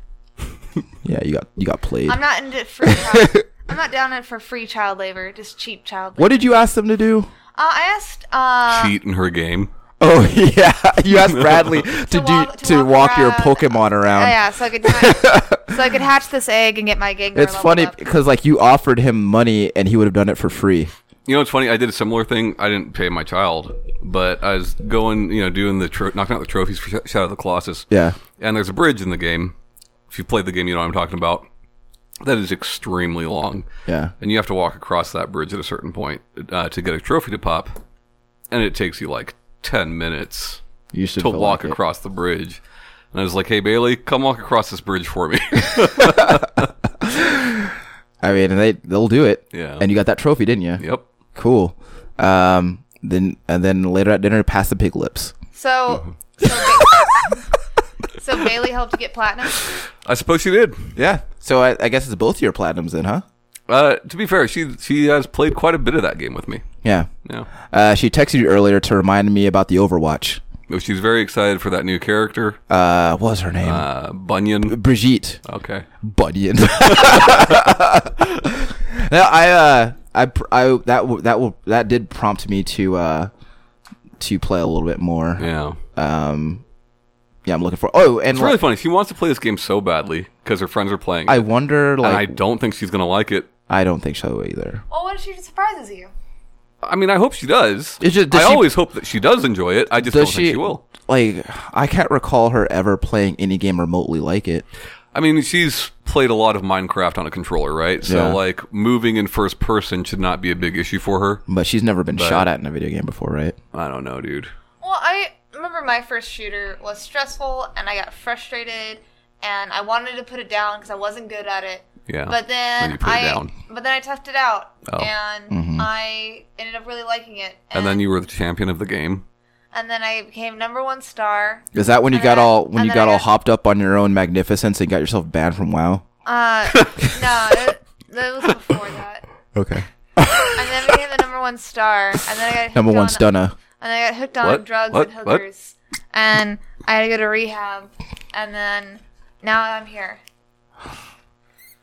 Speaker 2: Yeah, you got you got played.
Speaker 1: I'm not into free. Trial. I'm not down it for free child labor, just cheap child labor.
Speaker 2: What did you ask them to do?
Speaker 1: Uh, I asked uh,
Speaker 3: cheat in her game.
Speaker 2: Oh yeah, you asked Bradley to, do
Speaker 1: walk-
Speaker 2: to,
Speaker 1: to
Speaker 2: walk,
Speaker 1: walk
Speaker 2: your
Speaker 1: around.
Speaker 2: Pokemon around.
Speaker 1: Yeah, oh, yeah, so I could ha- so I could hatch this egg and get my gig.
Speaker 2: It's funny because like you offered him money and he would have done it for free.
Speaker 3: You know, it's funny. I did a similar thing. I didn't pay my child, but I was going, you know, doing the tro- knocking out the trophies for Sh- Shadow of the Colossus.
Speaker 2: Yeah.
Speaker 3: And there's a bridge in the game. If you've played the game, you know what I'm talking about. That is extremely long.
Speaker 2: Yeah.
Speaker 3: And you have to walk across that bridge at a certain point uh, to get a trophy to pop. And it takes you like 10 minutes
Speaker 2: You should
Speaker 3: to
Speaker 2: feel
Speaker 3: walk
Speaker 2: like it.
Speaker 3: across the bridge. And I was like, hey, Bailey, come walk across this bridge for me.
Speaker 2: I mean, and they they'll do it.
Speaker 3: Yeah.
Speaker 2: And you got that trophy, didn't you?
Speaker 3: yep.
Speaker 2: Cool. Um. Then and then later at dinner, pass the pig lips.
Speaker 1: So, so, Ba- so Bailey helped get platinum.
Speaker 3: I suppose she did.
Speaker 2: Yeah. So I, I guess it's both your platinums then, huh?
Speaker 3: Uh, to be fair, she she has played quite a bit of that game with me.
Speaker 2: Yeah.
Speaker 3: Yeah.
Speaker 2: Uh, she texted you earlier to remind me about the Overwatch.
Speaker 3: No, She's very excited for that new character,
Speaker 2: Uh, what was her name?
Speaker 3: uh, Bunyan.
Speaker 2: Brigitte.
Speaker 3: Okay.
Speaker 2: Bunyan. no, I, uh, I, pr- I, that, w- that, w- that did prompt me to, uh, to play a little bit more. Yeah,
Speaker 3: Yeah.
Speaker 2: I'm looking for. Oh, and
Speaker 3: It's really
Speaker 2: like,
Speaker 3: funny. She wants to play this game so badly because her friends are playing.
Speaker 2: I
Speaker 3: it.
Speaker 2: wonder,
Speaker 3: and I
Speaker 2: like,
Speaker 3: don't think she's gonna like it.
Speaker 2: I, don't think so either.
Speaker 1: Well, what if she surprises you?
Speaker 3: I mean, I hope she does.
Speaker 2: It's just- does
Speaker 3: I
Speaker 2: she-
Speaker 3: always hope that she does enjoy it. I just don't
Speaker 2: Does
Speaker 3: think
Speaker 2: she,
Speaker 3: she will.
Speaker 2: like, I can't recall her ever playing any game remotely like it.
Speaker 3: I mean, she's played a lot of Minecraft on a controller, right? So
Speaker 2: Yeah.
Speaker 3: like moving in first person should not be a big issue for her.
Speaker 2: But she's never been shot at in a video game before, right?
Speaker 3: I don't know, dude.
Speaker 1: Well, I remember my first shooter was stressful, and I got frustrated, and I wanted to put it down because I wasn't good at it.
Speaker 3: Yeah.
Speaker 1: But then,
Speaker 3: Then you put it
Speaker 1: I,
Speaker 3: down.
Speaker 1: but then I toughed it out,
Speaker 3: Oh.
Speaker 1: and I ended up really liking it.
Speaker 3: And then you were the champion of the game.
Speaker 1: and then I became number one star.
Speaker 2: Is that when you
Speaker 1: And
Speaker 2: got
Speaker 1: then I-
Speaker 2: all when
Speaker 1: and
Speaker 2: you
Speaker 1: then
Speaker 2: got
Speaker 1: I
Speaker 2: all
Speaker 1: got-
Speaker 2: hopped up on your own magnificence and got yourself banned from WoW?
Speaker 1: Uh, no, that, that was before that.
Speaker 2: Okay.
Speaker 1: And then I became the number one star, and then I got hooked
Speaker 2: Number one
Speaker 1: on-
Speaker 2: stunner.
Speaker 1: and I got hooked on
Speaker 3: What?
Speaker 1: drugs
Speaker 3: What?
Speaker 1: and
Speaker 3: What?
Speaker 1: hookers, and I had to go to rehab, and then now I'm here.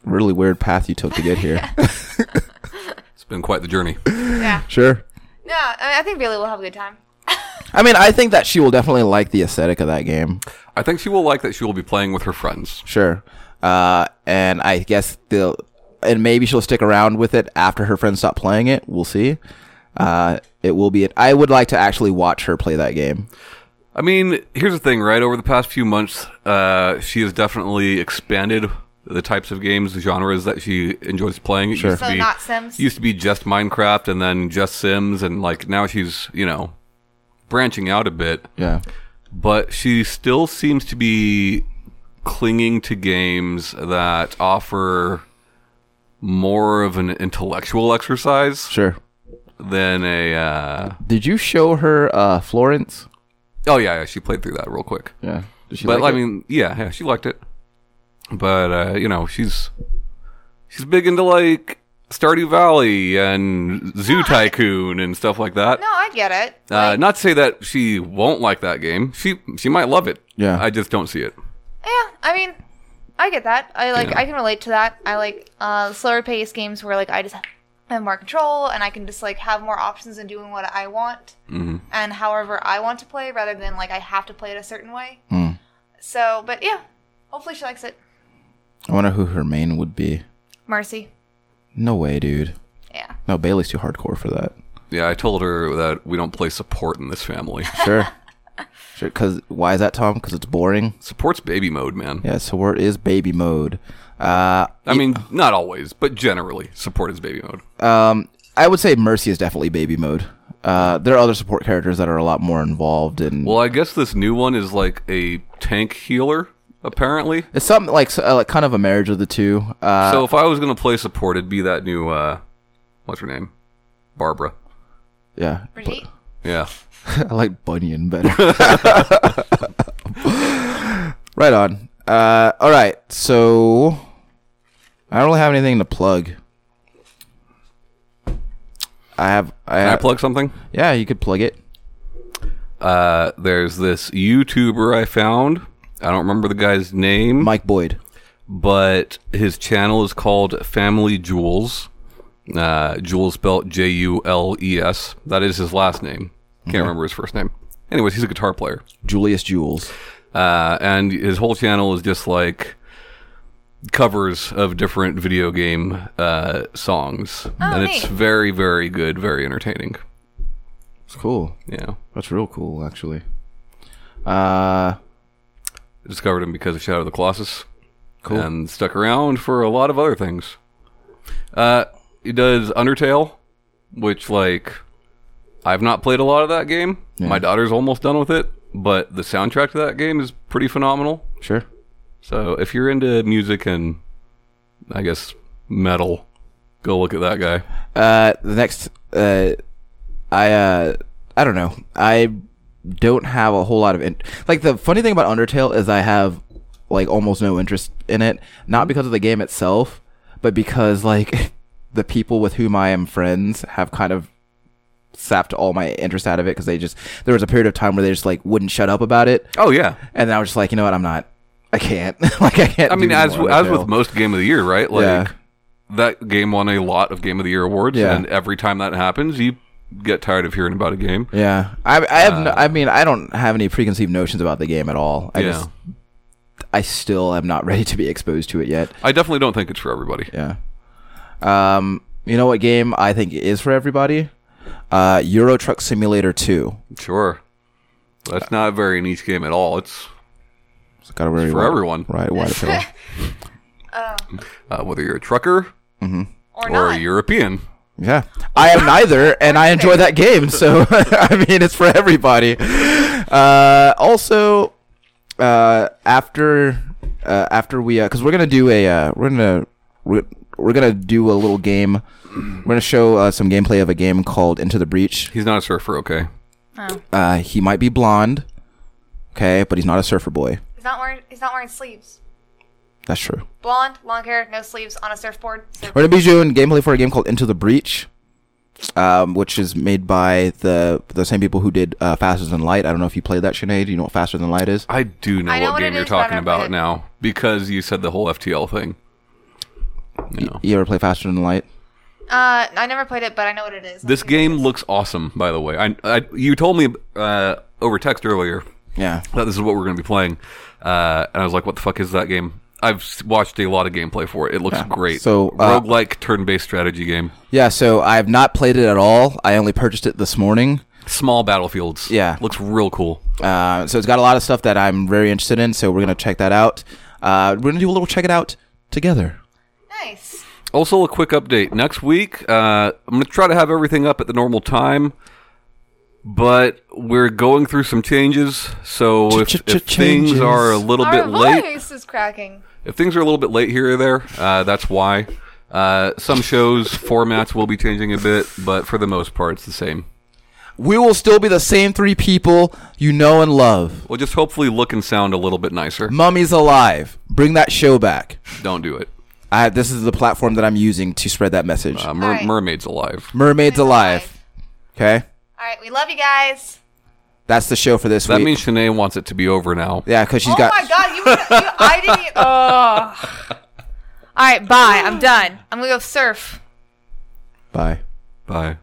Speaker 2: Really weird path you took to get here.
Speaker 3: It's been quite the journey.
Speaker 1: Yeah,
Speaker 2: sure.
Speaker 1: no, I, mean, I think Bailey will have a good time.
Speaker 2: I mean, I think that she will definitely like the aesthetic of that game.
Speaker 3: I think she will like that. She will be playing with her friends.
Speaker 2: Sure. Uh, and I guess the and maybe she'll stick around with it after her friends stop playing it. We'll see. Uh, it will be. I would like to actually watch her play that game.
Speaker 3: I mean, here's the thing, right? Over the past few months, uh, she has definitely expanded the types of games, the genres that she enjoys playing. It
Speaker 2: Sure.
Speaker 3: used to
Speaker 1: So
Speaker 3: be
Speaker 1: not Sims?
Speaker 3: Used to be just Minecraft, and then just Sims, and like now she's you know branching out a bit,
Speaker 2: Yeah.
Speaker 3: but she still seems to be clinging to games that offer more of an intellectual exercise
Speaker 2: Sure.
Speaker 3: than a. Uh,
Speaker 2: Did you show her uh, Florence?
Speaker 3: oh yeah, yeah, she played through that real quick.
Speaker 2: Yeah. Did she
Speaker 3: but
Speaker 2: like
Speaker 3: I
Speaker 2: it?
Speaker 3: mean, yeah, yeah, she liked it. But uh, you know, she's she's big into like Stardew Valley and Zoo Tycoon and stuff like that.
Speaker 1: No, I get it.
Speaker 3: uh, not to say that she won't like that game. She she might love it.
Speaker 2: Yeah.
Speaker 3: I just don't see it.
Speaker 1: Yeah, I mean, I get that. I like,
Speaker 3: Yeah.
Speaker 1: I can relate to that. I like uh, slower paced games where like I just have more control and I can just like have more options in doing what I want
Speaker 3: Mm-hmm.
Speaker 1: and however I want to play, rather than like I have to play it a certain way.
Speaker 3: Mm.
Speaker 1: So, but yeah, hopefully she likes it.
Speaker 2: I wonder who her main would be.
Speaker 1: Mercy,
Speaker 2: No way, dude.
Speaker 1: yeah.
Speaker 2: No, Bailey's too hardcore for that.
Speaker 3: Yeah, I told her that we don't play support in this family.
Speaker 2: Sure. sure. Because why is that, Tom? Because it's boring.
Speaker 3: Support's baby mode, man.
Speaker 2: Yeah. So where it is baby mode? Uh,
Speaker 3: I mean, not always, but generally, support is baby mode.
Speaker 2: um, I would say Mercy is definitely baby mode. Uh, there are other support characters that are a lot more involved and
Speaker 3: Well, I guess this new one is like a tank healer, apparently.
Speaker 2: it's something like, so- uh, like kind of a marriage of the two. Uh,
Speaker 3: So if I was gonna play support, it'd be that new uh, what's her name, Barbara.
Speaker 2: yeah,
Speaker 1: Brigitte,
Speaker 3: Yeah,
Speaker 2: I like Bunyan better. right on. Uh, all right. So I don't really have anything to plug. I have. I,
Speaker 3: can I
Speaker 2: have,
Speaker 3: plug something?
Speaker 2: yeah, you could plug it.
Speaker 3: Uh, there's this YouTuber I found. I don't remember the guy's name.
Speaker 2: Mike Boyd.
Speaker 3: but his channel is called Family Jules. Uh, Jules spelled J U L E S. That is his last name. Can't remember his first name. Anyways, he's a guitar player.
Speaker 2: Julius Jules.
Speaker 3: Uh, and his whole channel is just like covers of different video game uh, songs. and it's
Speaker 1: neat.
Speaker 3: very, very good, very entertaining.
Speaker 2: It's cool.
Speaker 3: Yeah.
Speaker 2: That's real cool, actually. Uh,
Speaker 3: I discovered him because of Shadow of the Colossus.
Speaker 2: Cool.
Speaker 3: And stuck around for a lot of other things. Uh, he does Undertale, which, like, I've not played a lot of that game. My daughter's almost done with it, but the soundtrack to that game is pretty phenomenal.
Speaker 2: sure.
Speaker 3: So if you're into music and, I guess, metal, go look at that guy.
Speaker 2: Uh, the next, uh, I, uh, I don't know. I don't have a whole lot of in- like the funny thing about Undertale is I have like almost no interest in it, not because of the game itself, but because like the people with whom I am friends have kind of sapped all my interest out of it because they just there was a period of time where they just like wouldn't shut up about it,
Speaker 3: Oh, yeah.
Speaker 2: and then I was just like, you know what, I'm not, I can't, like I can't.
Speaker 3: I mean,
Speaker 2: do
Speaker 3: as
Speaker 2: more
Speaker 3: as
Speaker 2: Undertale.
Speaker 3: with most game of the year, right? Like
Speaker 2: Yeah.
Speaker 3: that game won a lot of game of the year awards,
Speaker 2: Yeah.
Speaker 3: and every time that happens, you get tired of hearing about a game.
Speaker 2: Yeah, I, I have.
Speaker 3: Uh,
Speaker 2: no, I mean, I don't have any preconceived notions about the game at all. I
Speaker 3: yeah,
Speaker 2: just, I still am not ready to be exposed to it yet.
Speaker 3: I definitely don't think it's for everybody.
Speaker 2: Yeah. Um, you know what game I think is for everybody? Uh, Euro Truck Simulator Two.
Speaker 3: Sure, that's not a very niche game at all. It's
Speaker 2: It's got a very
Speaker 3: for
Speaker 2: wide-
Speaker 3: everyone.
Speaker 2: Right, wide appeal.
Speaker 3: uh, whether you're a trucker
Speaker 1: Or,
Speaker 3: or
Speaker 1: not.
Speaker 3: a European.
Speaker 2: Yeah, I am neither, and I enjoy that game. So I mean, it's for everybody. Uh, also, uh, after uh, after we, because we're gonna do a, uh, we're gonna we're, we're gonna do a little game. We're gonna show uh, some gameplay of a game called Into the Breach.
Speaker 3: He's not a surfer, okay?
Speaker 2: Uh, he might be blonde, okay, but he's not a surfer boy.
Speaker 1: He's not wearing. He's not wearing sleeves.
Speaker 2: That's true.
Speaker 1: Blonde, long hair, no sleeves, on a surfboard. surf-
Speaker 2: We're gonna be doing gameplay for a game called Into the Breach, um, which is made by the the same people who did uh, Faster Than Light. I don't know if you played that, Sinead. Do you know what Faster Than Light is?
Speaker 3: I do know,
Speaker 1: I know
Speaker 3: what
Speaker 1: what
Speaker 3: game
Speaker 1: it
Speaker 3: you're
Speaker 1: is, but I
Speaker 3: talking
Speaker 1: haven't played
Speaker 3: about
Speaker 1: it.
Speaker 3: now because you said the whole FTL thing. You know.
Speaker 2: You ever play Faster Than Light?
Speaker 1: Uh, I never played it, but I know what it is.
Speaker 3: This game looks awesome, by the way. I, I you told me uh, over text earlier
Speaker 2: Yeah.
Speaker 3: that this is what we're going to be playing, uh, and I was like, "What the fuck is that game?" I've s- watched a lot of gameplay for it. It looks great.
Speaker 2: So, uh,
Speaker 3: roguelike turn-based strategy game,
Speaker 2: Yeah. So I have not played it at all. I only purchased it this morning.
Speaker 3: small battlefields.
Speaker 2: Yeah.
Speaker 3: looks real cool.
Speaker 2: Uh, so it's got a lot of stuff that I'm very interested in. So we're gonna check that out. Uh, we're gonna do a little check it out together.
Speaker 1: Nice.
Speaker 3: Also, a quick update. Next week, uh, I'm going to try to have everything up at the normal time, but we're going through some changes. So if, if things
Speaker 2: Ch-ch-ch-changes.
Speaker 3: are a little
Speaker 1: Our
Speaker 3: bit late,
Speaker 1: voice is cracking.
Speaker 3: if things are a little bit late here or there, uh, that's why. Uh, some shows formats will be changing a bit, but for the most part, it's the same.
Speaker 2: We will still be the same three people you know and love.
Speaker 3: We'll just hopefully look and sound a little bit nicer.
Speaker 2: Mummy's alive. Bring that show back.
Speaker 3: Don't do it.
Speaker 2: I this is the platform that I'm using to spread that message.
Speaker 3: Uh, mer-
Speaker 1: All right.
Speaker 3: Mermaid's alive.
Speaker 2: Mermaids alive. Okay,
Speaker 1: All right, we love you guys.
Speaker 2: that's the show for this
Speaker 3: That
Speaker 2: week.
Speaker 3: means Shanae wants it to be over now.
Speaker 2: yeah, because she's
Speaker 1: oh
Speaker 2: got.
Speaker 1: my god, you, you I didn't. e- Oh. All right, bye. I'm done. I'm gonna go surf.
Speaker 2: Bye.
Speaker 3: Bye.